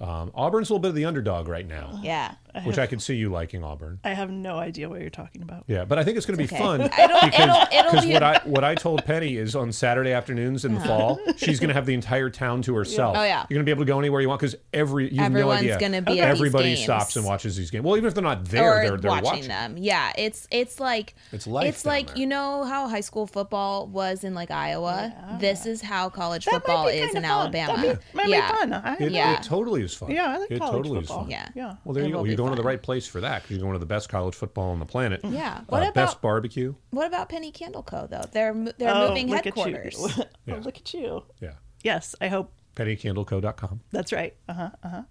B: Um, Auburn's a little bit of the underdog right now,
C: Yeah.
B: which I could see you liking Auburn.
G: I have no idea what you're talking about.
B: Yeah, but I think it's going to be
C: Okay.
B: fun
C: It'll, it'll, it'll
B: because
C: be.
B: what I what I told Penny is on Saturday afternoons in the fall, she's going to have the entire town to herself.
C: Oh, Uh-huh. yeah.
B: you're going to be able to go anywhere you want because every you have no
C: Everyone's
B: idea.
C: gonna be at these
B: everybody
C: games.
B: stops and watches these games. Well, even if they're not there,
C: or
B: they're they're
C: watching,
B: watching,
C: them. Yeah, it's it's like
B: It's life down
C: like
B: there.
C: you know how high school football was in like Iowa. This is how college
G: That
C: football
G: might be
C: is
G: kinda
C: in
G: fun.
C: Alabama.
G: That'd be, might
C: yeah.
G: be fun. I,
B: It,
C: Yeah.
B: it totally is fun.
G: yeah, I like
B: it
G: college
B: totally
G: football.
B: Is fun.
C: Yeah.
G: yeah.
B: Well, there
C: It
B: you go.
C: will
B: Well, You're
C: be
B: going to the
C: fun.
B: right place for that because you're going to the best college football on the planet.
C: Yeah.
B: What
C: What
B: uh, best
C: about-
B: barbecue?
C: What about Penny Candle Co though? They're mo- they're
G: Oh,
C: moving
G: look at you.
C: headquarters.
G: oh,
B: Yeah.
G: look at you.
B: Yeah.
G: Yes, I hope
B: PettyCandleCo.com.
G: That's right. Uh huh. Uh huh.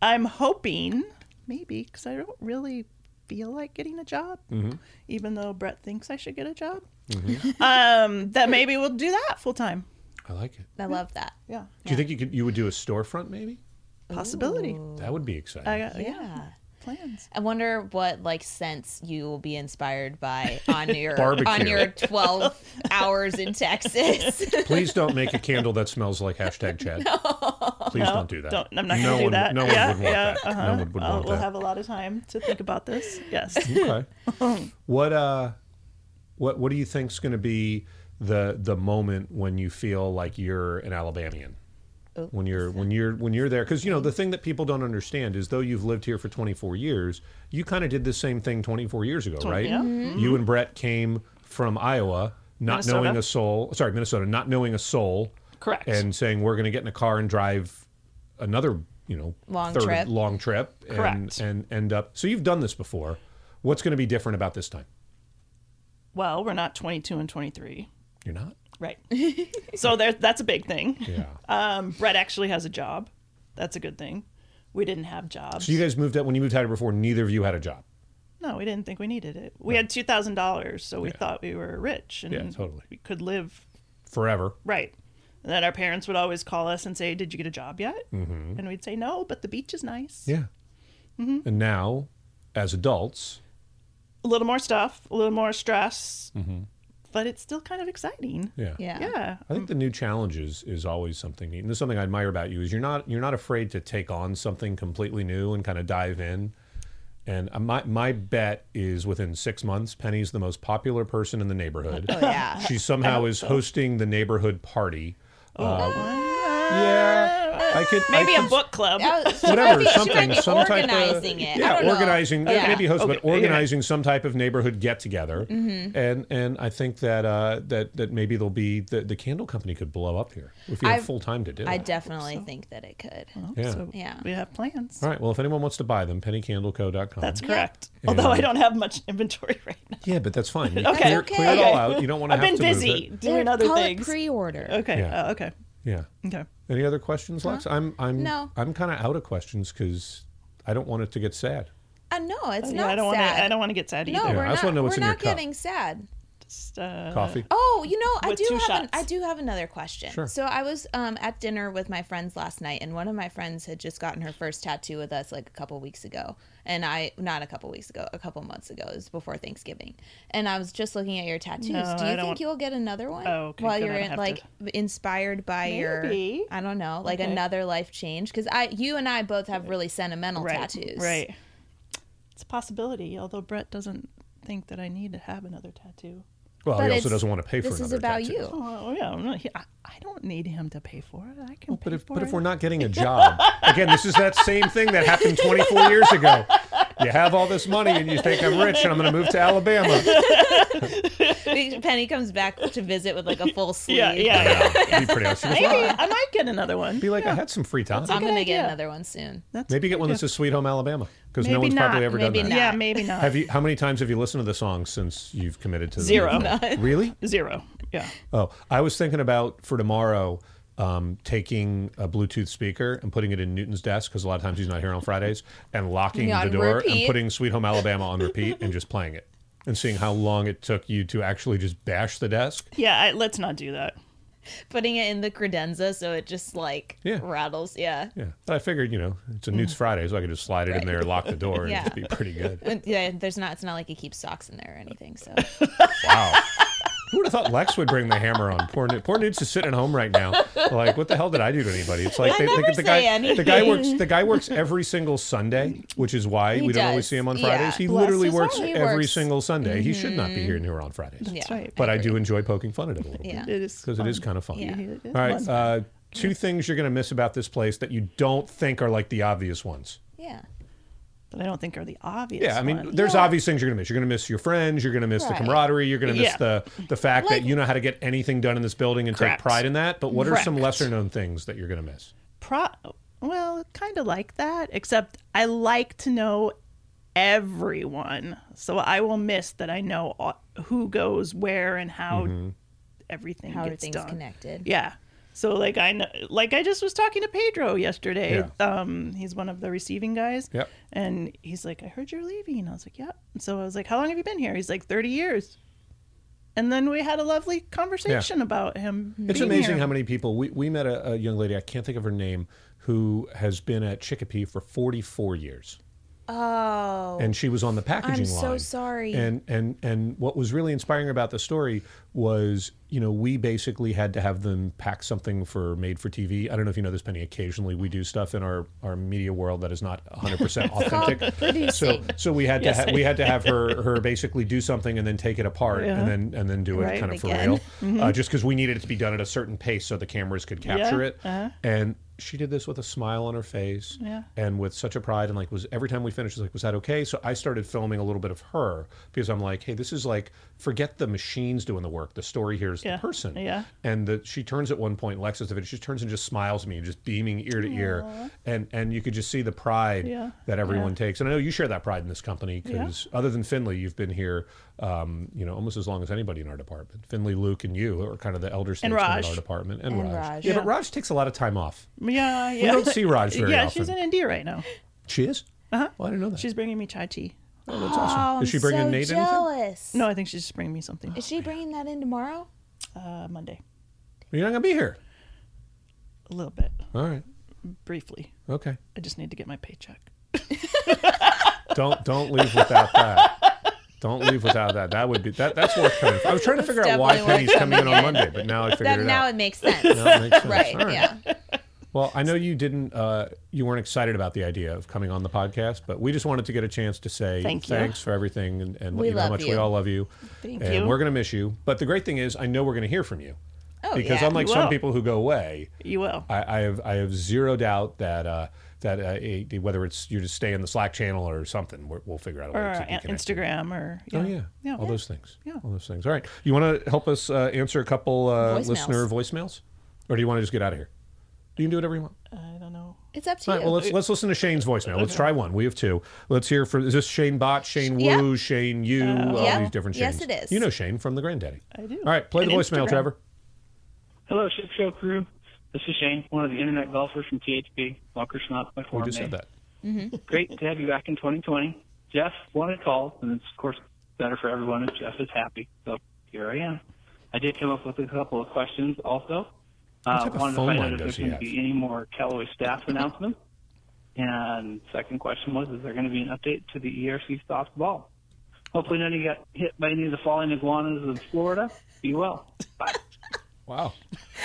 G: I'm hoping maybe because I don't really feel like getting a job,
B: Mm-hmm.
G: even though Brett thinks I should get a job. um, that maybe we'll do that full time.
B: I like it.
C: I love that.
G: Yeah,
B: Do you think you could you would do a storefront maybe?
G: possibility.
B: That would be exciting.
G: I got yeah.
C: Yeah.
G: plans.
C: I wonder what like sense you will be inspired by on your
B: Barbecue.
C: on your twelve hours in Texas.
B: Please don't make a candle that smells like hashtag Chad. Please don't do that.
G: Don't. I'm not
B: no
G: gonna do
B: one,
G: that.
B: No one
G: yeah,
B: would want
G: yeah.
B: that.
G: Uh-huh.
B: No one would
G: I'll-
B: want
G: we'll
B: that.
G: have a lot of time to think about this. Yes.
B: Okay. what uh, what what do you think's going to be the the moment when you feel like you're an Alabamian?
G: Oh,
B: when you're when you're when you're there because you know the thing that people don't understand is though you've lived here for 24 years you kind of did the same thing 24 years ago right
G: yeah.
B: you and brett came from iowa not
G: Minnesota.
B: knowing a soul sorry minnesota not knowing a soul
G: Correct.
B: and saying we're going to get in a car and drive another you know
C: Long trip.
B: long trip and,
G: Correct.
B: and end up so you've done this before what's going to be different about this time
G: Well, we're not 22 and 23.
B: you're not
G: Right. so there, that's a big thing.
B: yeah
G: Um, Brett actually has a job. That's a good thing. We didn't have jobs.
B: so you guys moved out when you moved out here before neither of you had a job
G: no, we didn't think we needed it. We had two thousand dollars, so we thought we were rich and
B: Yeah, totally.
G: we could live
B: forever
G: right. And then our parents would always call us and say, "Did you get a job yet?" Mm-hmm. And we'd say, "No, but the beach is nice.
B: Yeah. And now, as adults,
G: A little more stuff, a little more stress, but it's still kind of exciting."
B: Mm-hmm. yeah.
C: Yeah.
G: Yeah.
B: I think the new challenges is always something neat. And this is something I admire about you is you're not you're not afraid to take on something completely new and kind of dive in. And uh, my my bet is within six months, Penny's the most popular person in the neighborhood.
C: Oh, yeah.
B: She somehow is hosting the neighborhood party. Uh, yeah, I could
G: Maybe
B: I
G: a
B: could-
G: book club.
B: whatever,
C: She
B: something,
C: might be
B: some type of-
C: organizing it. I
B: Yeah,
C: don't know.
B: organizing,
C: Yeah.
B: maybe host, but
G: Okay, yeah.
B: organizing some type of neighborhood get together.
C: Mm-hmm.
B: And and I think that uh, that that maybe there'll be the, the candle company could blow up here if you have
C: I-
B: full time to do
C: I
B: it.
C: definitely think that it could.
B: yeah.
G: So
C: Yeah.
G: we have plans.
B: All right. Well, if anyone wants to buy them, pennycandleco.com.
G: That's correct. Although I don't have much inventory right now.
B: yeah, but that's fine. You
G: Okay.
B: Clear,
G: Okay.
B: clear it all
G: Okay.
B: out. You don't want to
G: I've
B: have
G: been
B: to move
G: busy
B: it.
G: doing other
C: Call
G: things.
C: it pre-order.
G: okay.
B: Yeah.
G: Oh, okay.
B: Yeah.
G: Okay.
B: Any other questions, Lex? I'm I'm
C: No.
B: I'm kind of out of questions because I don't want it to get sad.
C: Uh, no, it's
G: Oh, Yeah,
C: not
G: I don't want
C: sad.
G: to. I don't want to get sad either.
C: No,
B: Yeah,
C: we're
B: I
C: not.
B: just wanna know what's
C: we're
B: in your
C: not
B: cup.
C: getting sad.
G: Just, uh,
B: Coffee.
C: Oh, you know, I
G: With
C: do
G: two
C: have an,
G: shots.
C: I do have another question.
B: Sure.
C: So I was um, at dinner with my friends last night, and one of my friends had just gotten her first tattoo with us like a couple weeks ago, and I not a couple weeks ago, a couple months ago, it was before Thanksgiving, and I was just looking at your tattoos.
G: No, I
C: do you
G: don't
C: think
G: want-
C: you'll get another one
G: Oh, okay,
C: while
G: good, I
C: you're
G: don't
C: in,
G: have
C: like inspired by
G: Maybe.
C: your I don't know, like
G: Okay.
C: another life change? Because I, you and I both have really sentimental
G: right.
C: tattoos,
G: Right. It's a possibility, although Brett doesn't think that I need to have another tattoo.
B: Well,
C: but
B: he also
C: it's-
B: doesn't want to pay for
C: This
B: another
C: is about
B: tattoo.
C: you.
G: Oh, yeah. I'm not, he, I, I don't need him to pay for it. I can
B: But
G: pay
B: if,
G: for
B: but
G: it.
B: if we're not getting a job, again, this is that same thing that happened 24 years ago. You have all this money and you think I'm rich and I'm going to move to Alabama.
C: Penny comes back to visit with like a full sleeve.
G: yeah, yeah. yeah.
B: Yeah, be pretty honest.
G: Maybe I might get another one.
B: Be like, I had some free time.
C: I'm gonna
G: idea.
C: get another one soon.
G: That's
B: Maybe get one that says Sweet Home Alabama because no one's probably ever
C: maybe
B: done that.
C: not.
G: Yeah, maybe not.
B: Have you? How many times have you listened to the song since you've committed to the
G: Zero.
B: movement? Really?
G: Zero. Yeah.
B: Oh, I was thinking about for tomorrow um, taking a Bluetooth speaker and putting it in Newton's desk because a lot of times he's not here on Fridays and locking
C: Yeah,
B: the
C: on
B: door and
C: repeat.
B: putting Sweet Home Alabama on repeat and just playing it and seeing how long it took you to actually just bash the desk.
G: Yeah, I, let's not do that.
C: Putting it in the credenza so it just like
B: Yeah.
C: rattles. Yeah.
B: Yeah, but I figured you know it's a Newt's Friday, so I could just slide it in there, lock the door, and
C: Mm. Yeah.
B: just be pretty good.
C: And, Yeah, there's not. It's not like he keeps socks in there or anything. So
B: Wow. Who would have thought Lex would bring the hammer on? Poor Newt. Poor Newt's is sitting at home right now. Like, what the hell did I do to anybody? It's like
C: I
B: they, they-
C: never
B: the
C: say
B: guy the guy
C: anything.
B: works the guy works every single Sunday, which is why
C: He
B: we don't always
C: does.
B: see him on
C: Yeah.
B: Fridays. He
G: Bless
B: literally
G: his
B: works
C: heart. He
B: every
C: works- Mm-hmm.
B: single Sunday. He should not be here and here on Fridays.
C: yeah.
G: right.
B: But I, do enjoy poking fun at it a little bit
C: Yeah.
G: It is
B: because it
G: fun.
B: is kind of fun.
C: Yeah.
G: It
B: All
G: is
B: right.
G: fun.
B: Uh, two things you're going to miss about this place that you don't think are like the obvious ones.
C: Yeah.
G: But I don't think are the obvious.
B: Yeah, I mean,
G: ones.
B: there's obvious things you're gonna miss. You're gonna miss your friends. You're gonna miss the
C: Right.
B: camaraderie. You're gonna miss
G: Yeah.
B: the the fact
C: Like-
B: that you know how to get anything done in this building and
G: Correct.
B: take pride in that. But what are some
G: Correct.
B: lesser known things that you're gonna miss?
G: pro well kind of like that except i like to know everyone so i will miss that i know all, who goes where and how
B: Mm-hmm.
G: everything
C: How are
G: gets
C: things
G: done
C: connected?
G: yeah so like i know like i just was talking to pedro yesterday
B: Yeah.
G: um he's one of the receiving guys
B: Yep.
G: and he's like i heard you're leaving i was like yep and so i was like how long have you been here he's like 30 years and then we had a lovely conversation about him
B: It's
G: being
B: amazing
G: here.
B: how many people we we met a, a young lady. I can't think of her name who has been at Chicopee for 44 years.
C: Oh.
B: and she was on the packaging
C: I'm so
B: line.
C: sorry.
B: And and and what was really inspiring about the story was, you know, we basically had to have them pack something for made for TV. I don't know if you know this, Penny. Occasionally, we do stuff in our our media world that is not 100 percent authentic. so so we had to ha- we had to have her her basically do something and then take it apart
G: Yeah.
B: and then and then do it
G: Right,
B: kind of for
C: again. Mm-hmm.
B: real, uh, just because we needed it to be done at a certain pace so the cameras could capture it. And she did this with a smile on her face
G: Uh-huh. Yeah.
B: and with such a pride and like was every time we finished was like was that okay so i started filming a little bit of her because i'm like hey this is like forget the machines doing the work the story here is
G: Yeah.
B: the person
G: Yeah.
B: and the, she turns at one point lex is the video she turns and just smiles at me just beaming ear to ear and and you could just see the pride
G: Yeah.
B: that everyone takes and i know you share that pride in this company because other than finley you've been here um, you know almost as long as anybody in our department finley luke and you are kind of the elder statesmen in
G: Raj.
B: our department and,
E: And
B: raj.
E: Raj.
B: yeah but
G: Yeah.
B: raj takes a lot of time off
G: Yeah, yeah.
B: don't see Raj very
G: yeah,
B: often.
G: she's in India right now.
B: she is
G: Uh-huh.
B: well i didn't know that
G: She's bringing me chai tea.
B: Oh, that's awesome. Is she bringing Nate anything?
G: No, I think she's just bringing me something
C: Is she bringing that in tomorrow?
G: uh, Monday,
B: You're not gonna be here.
G: a little bit,
B: All right.
G: briefly.
B: Okay.
G: I just need to get my paycheck.
B: Don't don't leave without that. Don't leave without that. That would be that. That's worth coming. I was trying to figure out why
C: definitely
B: Penny's coming in on Monday, but now I figured
C: That
B: it
C: now
B: out.
C: it makes sense.
B: Now it makes sense.
C: Right.
B: All
C: Yeah.
B: Well, I know you didn't. Uh, you weren't excited about the idea of coming on the podcast, but we just wanted to get a chance to say
G: Thank you.
B: thanks for everything and, and let
C: We
B: you know how
C: love
B: much we
C: you.
B: all love you.
G: Thank
B: and
G: you.
B: We're gonna miss you. But the great thing is, I know we're gonna hear from you.
C: Oh,
B: because
C: yeah.
B: unlike
G: You
B: some
G: will.
B: people who go away,
G: You will.
B: I, I have I have zero doubt that uh, that uh, it, whether it's you just stay in the Slack channel or something, we're, we'll figure out a way
G: or
B: to
G: uh,
B: keep you connected.
G: Instagram, or
B: Oh yeah,
G: yeah,
B: all those things.
G: Yeah.
B: all those things. All right, you want to help us uh, answer a couple uh,
C: Voicemails.
B: listener voicemails, or do you want to just get out of here? You can do whatever you want.
G: I don't know.
C: It's up to
B: All right,
C: you.
B: well let's let's listen to Shane's voicemail. Let's try one. We have two. Let's hear from is this Shane Bot, Shane
C: Yeah.
B: Wu, Shane Yu, all
C: Yeah.
B: these different Shanes.
C: Yes, it is.
B: You know Shane from the Granddaddy.
G: I do.
B: All right, play
G: And
B: the voicemail,
G: Instagram.
B: Trevor.
H: Hello, Ship Show crew. This is Shane, one of the internet golfers from THP, Walker Snot by
B: We
H: Forum
B: just
H: Bay.
B: said that.
H: Great to have you back in 2020. Jeff wanted to call, and it's, of course, better for everyone if Jeff is happy. So here I am. I did come up with a couple of questions also.
B: What
H: Uh,
B: type of
H: wanted to
B: phone
H: find
B: line
H: out if
B: does
H: there's
B: he
H: going to
B: have?
H: be any more Callaway staff announcements. And second question was, is there going to be an update to the E ERC soft ball? Hopefully none of you got hit by any of the falling iguanas in Florida. Be well. Bye.
B: Wow.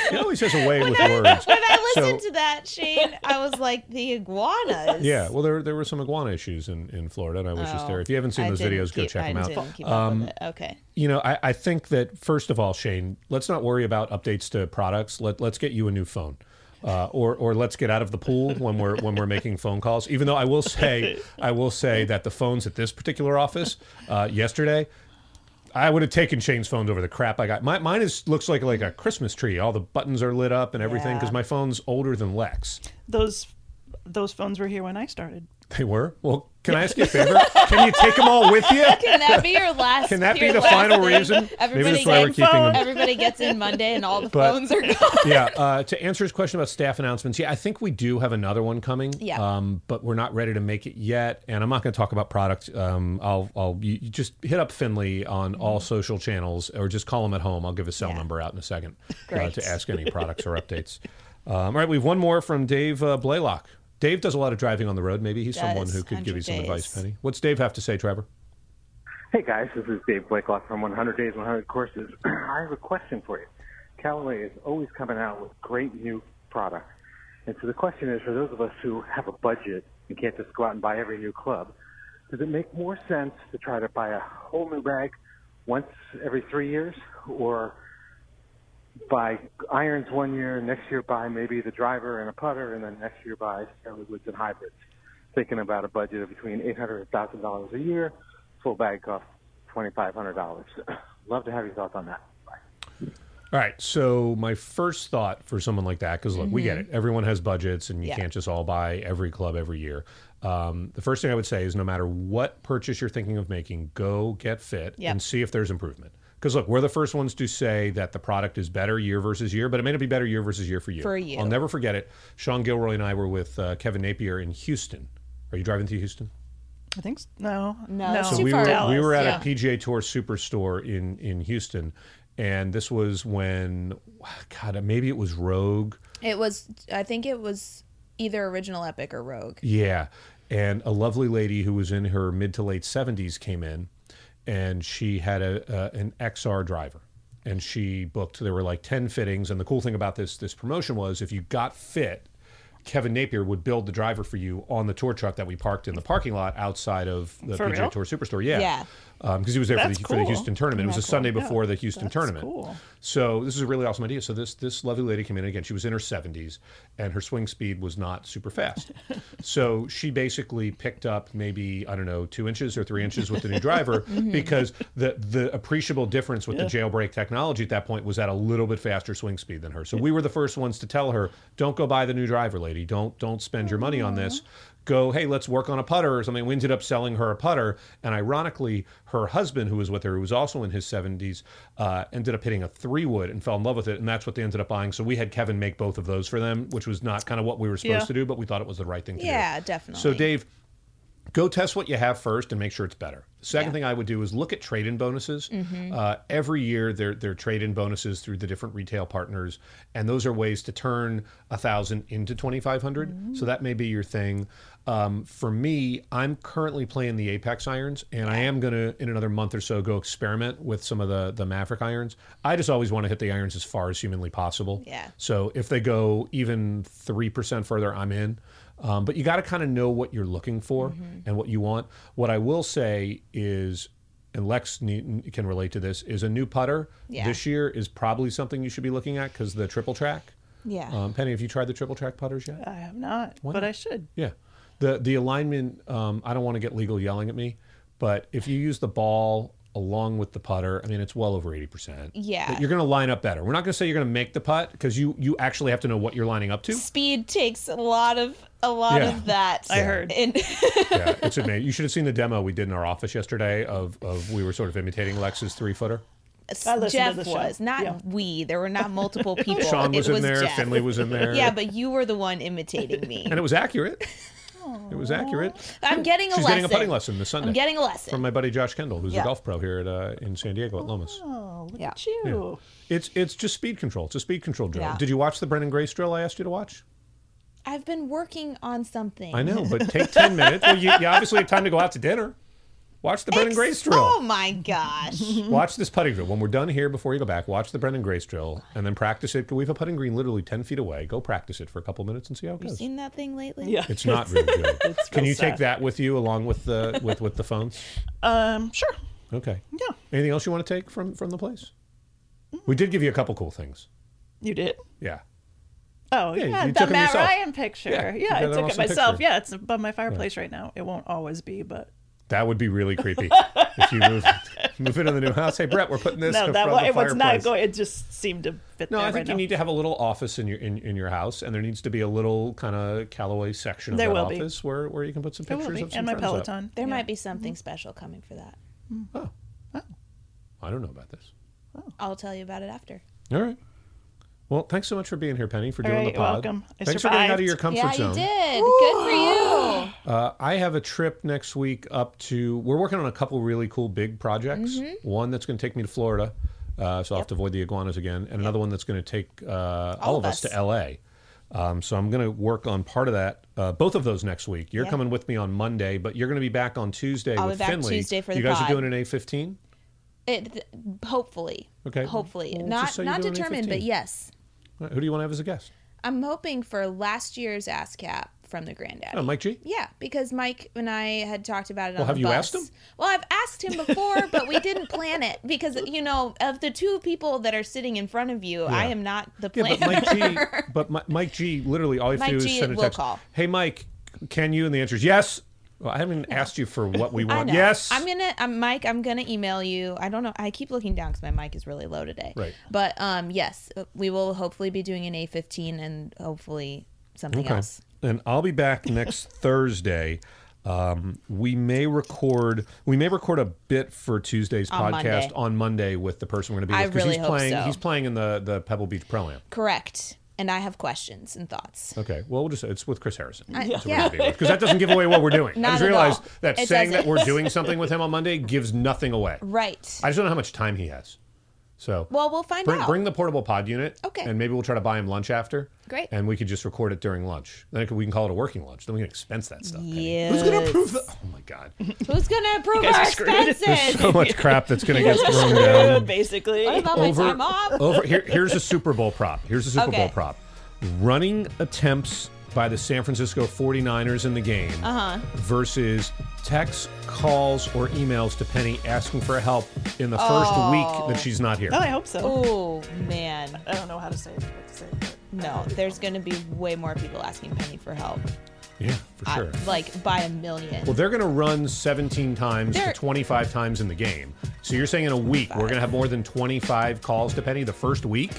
B: He always has a way with words.
C: when I listened
B: So-
C: to that, Shane, I was like, the iguanas.
B: Yeah, well, there there were some iguana issues in, in Florida, and I was just
C: Oh,
B: there. If you haven't seen
C: I
B: those
C: didn't
B: videos, go
C: keep-
B: check
C: I
B: them out. Um,
C: didn't keep up with it. Okay.
B: You know, I, I think that first of all, Shane, let's not worry about updates to products. Let let's get you a new phone. Uh, or, or let's get out of the pool when we're when we're making phone calls. Even though I will say I will say that the phones at this particular office uh, yesterday, I would have taken Shane's phones over the crap I got. My, mine is looks like like a Christmas tree. All the buttons are lit up and everything because my phone's older than Lex.
G: Those those phones were here when I started.
B: They were. Well, can I ask you a favor? Can you take them all with you?
C: Can that be your last?
B: Can that be
C: your
B: the
C: last
B: final
C: thing?
B: reason? Maybe
C: Everybody
B: that's why we're
C: gets-
B: keeping them.
C: Everybody gets in Monday and all the
B: But-
C: phones are gone.
B: yeah. Uh, to answer his question about staff announcements, yeah, I think we do have another one coming.
C: Yeah.
B: Um, but we're not ready to make it yet, and I'm not going to talk about product. Um, I'll, I'll you, you just hit up Finley on all
C: Mm-hmm.
B: social channels, or just call him at home. I'll give his cell number out in a second uh,
C: Great.
B: to ask any products or updates. Um, all right, we have one more from Dave uh, Blaylock. Dave does a lot of driving on the road. Maybe he's someone
C: Does,
B: who could give you
C: 100
B: some advice,
C: days.
B: Penny. What's Dave have to say, Trevor?
I: Hey guys, this is Dave Blakelock from 100 Days, 100 Courses. I have a question for you. Callaway is always coming out with great new products. And so the question is, for those of us who have a budget and can't just go out and buy every new club, does it make more sense to try to buy a whole new bag once every three years or buy irons one year, next year buy maybe the driver and a putter, and then next year buy fairly woods and hybrids. Thinking about a budget of between eight hundred and thousand dollars a year, full bag costs twenty five hundred dollars. Love to have your thoughts on that.
B: All right. So my first thought for someone like that, because look, we get it. Everyone has budgets, and you
C: Yeah.
B: can't just all buy every club every year. Um, the first thing I would say is, no matter what purchase you're thinking of making, go get fit
C: Yep.
B: and see if there's improvement. Because look, we're the first ones to say that the product is better year versus year, but it may not be better year versus year for you.
C: For you.
B: I'll never forget it. Sean Gilroy and I were with uh, Kevin Napier in Houston. Are you driving through Houston?
G: I think s- no,
C: No,
G: no.
C: it's
B: so
C: too
B: we
C: far
B: were
C: out.
B: we were at
C: Yeah.
B: a PGA Tour Superstore in in Houston, and this was when, God, maybe it was Rogue.
C: It was. I think it was either original epic or rogue.
B: Yeah, and a lovely lady who was in her mid to late seventies came in, and she had a, a an XR driver, and she booked. There were like ten fittings, and the cool thing about this this promotion was if you got fit. Kevin Napier would build the driver for you on the tour truck that we parked in the parking lot outside of the
G: For
B: PGA
G: real?
B: Tour Superstore. Yeah,
C: Yeah.
B: because he was there for the,
G: That's
B: for the
G: cool.
B: Houston tournament. it was a
G: cool?
B: Sunday
G: Yeah,
B: before the Houston
G: that's
B: tournament.
G: cool.
B: So this is a really awesome idea. So this this lovely lady came in again. She was in her 70s, and her swing speed was not super fast. so she basically picked up maybe I don't know two inches or three inches with the new driver
G: Mm-hmm.
B: because the the appreciable difference with the jailbreak technology at that point was at a little bit faster swing speed than her. So we were the first ones to tell her, don't go buy the new driver, lady. Don't don't spend your money on this. Go, hey, let's work on a putter or something. We ended up selling her a putter, and ironically, her husband, who was with her, who was also in his 70s, uh, ended up hitting a three wood and fell in love with it, and that's what they ended up buying. So we had Kevin make both of those for them, which was not kind of what we were supposed
G: Yeah.
B: to do, but we thought it was the right thing to do.
C: Yeah, definitely.
B: So, Dave, go test what you have first and make sure it's better. Second thing I would do is look at trade-in bonuses.
C: Mm-hmm.
B: Uh, every year, there there are trade-in bonuses through the different retail partners, and those are ways to turn a thousand into twenty So that may be your thing. Um, for me, I'm currently playing the Apex irons, and I am gonna in another month or so go experiment with some of the the Maverick irons. I just always want to hit the irons as far as humanly possible.
C: Yeah.
B: So if they go even 3% further, I'm in. Um, but you got to kind of know what you're looking for
C: Mm-hmm.
B: and what you want. What I will say is, and Lex ne- can relate to this, is a new putter
C: Yeah.
B: this year is probably something you should be looking at because the triple track.
C: Yeah.
B: Um, Penny, have you tried the triple track putters yet?
G: I have not, but I should.
B: Yeah. The the alignment, um, I don't want to get legal yelling at me, but if you use the ball along with the putter, I mean it's well over eighty percent.
C: Yeah.
B: But you're gonna line up better. We're not gonna say you're gonna make the putt because you you actually have to know what you're lining up to.
C: Speed takes a lot of a lot
B: Yeah.
C: of that.
G: I heard.
C: And
B: yeah, it's amazing. You should have seen the demo we did in our office yesterday of, of we were sort of imitating Lex's three footer.
G: I listened to
C: Jeff
G: the show.
C: was not
G: Yeah.
C: we. There were not multiple people.
B: Sean was
C: it
B: in
C: was
B: there,
C: Jeff.
B: Finley was in there.
C: Yeah, but you were the one imitating me.
B: and it was accurate. It was accurate.
C: I'm getting a
B: She's
C: lesson.
B: getting a putting lesson this Sunday.
C: I'm getting a lesson.
B: from my buddy Josh Kendall, who's
C: Yeah.
B: a golf pro here at, uh, in San Diego at Lomas.
G: Oh, look
C: Yeah.
G: at you.
B: It's it's just speed control. It's a speed control drill.
C: Yeah.
B: Did you watch the Brendan Grace drill I asked you to watch?
C: I've been working on something.
B: I know, but take ten minutes. Well, you, you obviously have time to go out to dinner. Watch the Brendan Grace drill.
C: Oh my gosh.
B: Watch this putting drill. When we're done here, before you go back, watch the Brendan Grace drill and then practice it. We have a putting green literally 10 feet away. Go practice it for a couple minutes and see how it goes.
C: Seen that thing lately?
G: Yeah.
B: It's not really good. Can
G: real
B: you take
G: sad.
B: that with you along with the with, with the phones?
G: Um, sure.
B: Okay.
G: Yeah,
B: Anything else you want to take from from the place? We did give you a couple cool things.
G: you did.
B: Yeah.
G: Oh
B: Yeah,
G: yeah,
B: you
G: the
B: took 'em
G: Matt
B: yourself.
G: Ryan picture.
B: Yeah,
G: Yeah,
B: you got
G: I
B: an
G: took it
B: awesome
G: myself.
B: picture.
G: Yeah, it's above my fireplace right now. It won't always be, but
B: That would be really creepy if you move move into the new house. Hey Brett, we're putting this
G: no,
B: in
G: that
B: front
G: one,
B: of
G: it
B: the
G: was not
B: fireplace.
G: going. It just seemed to fit
B: No,
G: there
B: I think
G: right
B: you
G: now.
B: need to have a little office in your in, in your house, and there needs to be a little kind of Callaway section of
G: There
B: that
G: will be.
B: office where where you can put some
G: It will
B: pictures
G: be.
B: of some
G: and my
B: friends up.
G: Peloton.
C: There
G: Yeah.
C: might be something special coming for that.
B: I don't know about this.
C: I'll tell you about it after.
B: All right. Well, thanks so much for being here, Penny, for
G: All
B: doing
G: right,
B: the pod.
G: welcome. I
B: thanks for getting out of
G: survived.
B: your comfort
C: yeah,
B: zone.
C: you did. Good for you.
B: Uh, I have a trip next week up to. We're working on a couple really cool big projects.
C: Mm-hmm.
B: One that's going to take me to Florida, uh, so I'll have to avoid the iguanas again, and another one that's going to take uh, all,
C: All
B: of
C: of
B: us,
C: us.
B: to LA. Um, so I'm going to work on part of that, uh, both of those next week. You're coming with me on Monday, but you're going to be back on Tuesday
C: I'll be
B: with
C: back
B: Finley.
C: Tuesday for
B: you
C: the
B: guys
C: pod.
B: are doing an A15.
C: It, th- hopefully.
B: Okay.
C: Hopefully.
B: Well, just
C: not
B: say you
C: not
B: do an
C: determined, but
B: A15.
C: yes.
B: All right, Who do you want to have as a guest?
C: I'm hoping for last year's ASCAP from the Granddaddy.
B: Oh, Mike G.
C: Yeah, because Mike and I had talked about it on
B: have
C: the
B: you
C: bus.
B: asked him?
C: Well, I've asked him before, but we didn't plan it because you know, of the two people that are sitting in front of you, I am not the
B: Yeah,
C: planner.
B: but Mike G. But Mi- Mike G. Literally, all you have to
C: Mike
B: do
C: G
B: is send a
C: will
B: text.
C: call.
B: Hey, Mike, can you? And the answer is yes. Well, I haven't even asked you for what we
C: I
B: want.
C: know.
B: Yes.
C: I'm gonna, I'm, Mike. I'm gonna email you. I don't know. I keep looking down because my mic is really low today.
B: Right.
C: But um, yes, we will hopefully be doing an A15 and hopefully something else.
B: And I'll be back next Thursday. Um, we may record we may record a bit for Tuesday's
C: On
B: podcast
C: Monday.
B: on Monday with the person we're going to be
C: I
B: with 'cause
C: really
B: he's
C: hope
B: playing
C: so.
B: he's playing in the the Pebble Beach Pro Am.
C: Correct. And I have questions and thoughts.
B: Okay, well we'll just it's with Chris Harrison.
C: I-
B: That's
C: yeah.
B: because that doesn't give away what we're doing.
C: Not
B: I just
C: at
B: realized
C: all.
B: that
C: It
B: saying that
C: doesn't.
B: we're doing something with him on Monday gives nothing away.
C: Right.
B: I just don't know how much time he has. So
C: well, we'll find
B: bring,
C: out.
B: bring the portable pod unit.
C: Okay.
B: And maybe we'll try to buy him lunch after.
C: Great.
B: And we could just record it during lunch. Then it could- we can call it a working lunch. Then we can expense that stuff. Penny. Who's going to approve the? Oh my god.
C: Who's gonna approve
G: guys
C: our
G: are screwed.
C: expenses?
B: So much crap that's going to get thrown
G: Yeah,
B: down.
G: basically.
C: What about my time off?
B: over here, here's a Super Bowl prop. Here's a Super
C: Okay.
B: Bowl prop. Running attempts by the San Francisco 49ers in the game
C: Uh-huh.
B: versus texts, calls, or emails to Penny asking for help in the first week that she's not here.
G: Oh, I hope so.
C: Oh man,
G: I don't know how to say it. What to say, but-
C: no. There's going to be way more people asking Penny for help.
B: Yeah, for
C: I-
B: sure.
C: like by a million.
B: Well, they're going to run 17 times to
C: They're-
B: 25 times in the game. So you're saying in a week we're going to have more than 25 calls to Penny the first week?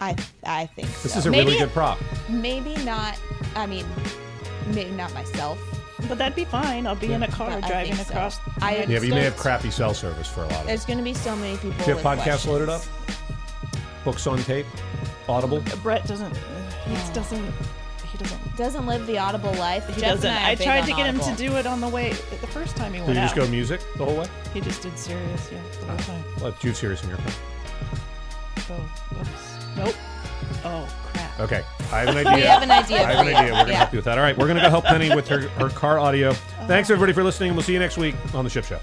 C: I I think
B: This
C: so.
B: is a
C: maybe,
B: really good prop.
C: Maybe not. I mean, maybe not myself.
G: But that'd be fine. I'll be in a car
C: but I
G: driving
C: think so.
G: across.
C: I
B: Yeah, but you may
C: still-
B: have crappy cell service for a lot of it.
C: There's going to be so many people.
B: Do you have
C: with
B: podcasts
C: questions.
B: loaded up? Books on tape? Audible?
G: Brett doesn't. He doesn't. He doesn't.
C: Doesn't live the audible life.
G: He
C: Jeff
G: doesn't.
C: And I,
G: I
C: are big
G: tried
C: on
G: to get him to
C: Audible.
G: do it on the way the first time he
B: Do
G: went
B: you just
G: out.
B: go music the whole way?
G: He just did serious, yeah, the whole time.
B: Well, Jude's serious in your phone.
G: So, oops. Nope. Oh crap.
B: Okay, I have an idea.
C: We have an idea.
B: I have an
C: for you.
B: idea. We're going to
C: Yeah.
B: help you with that. All right, we're going to go help Penny with her, her car audio. Thanks, everybody, for listening. We'll see you next week on The Ship Show.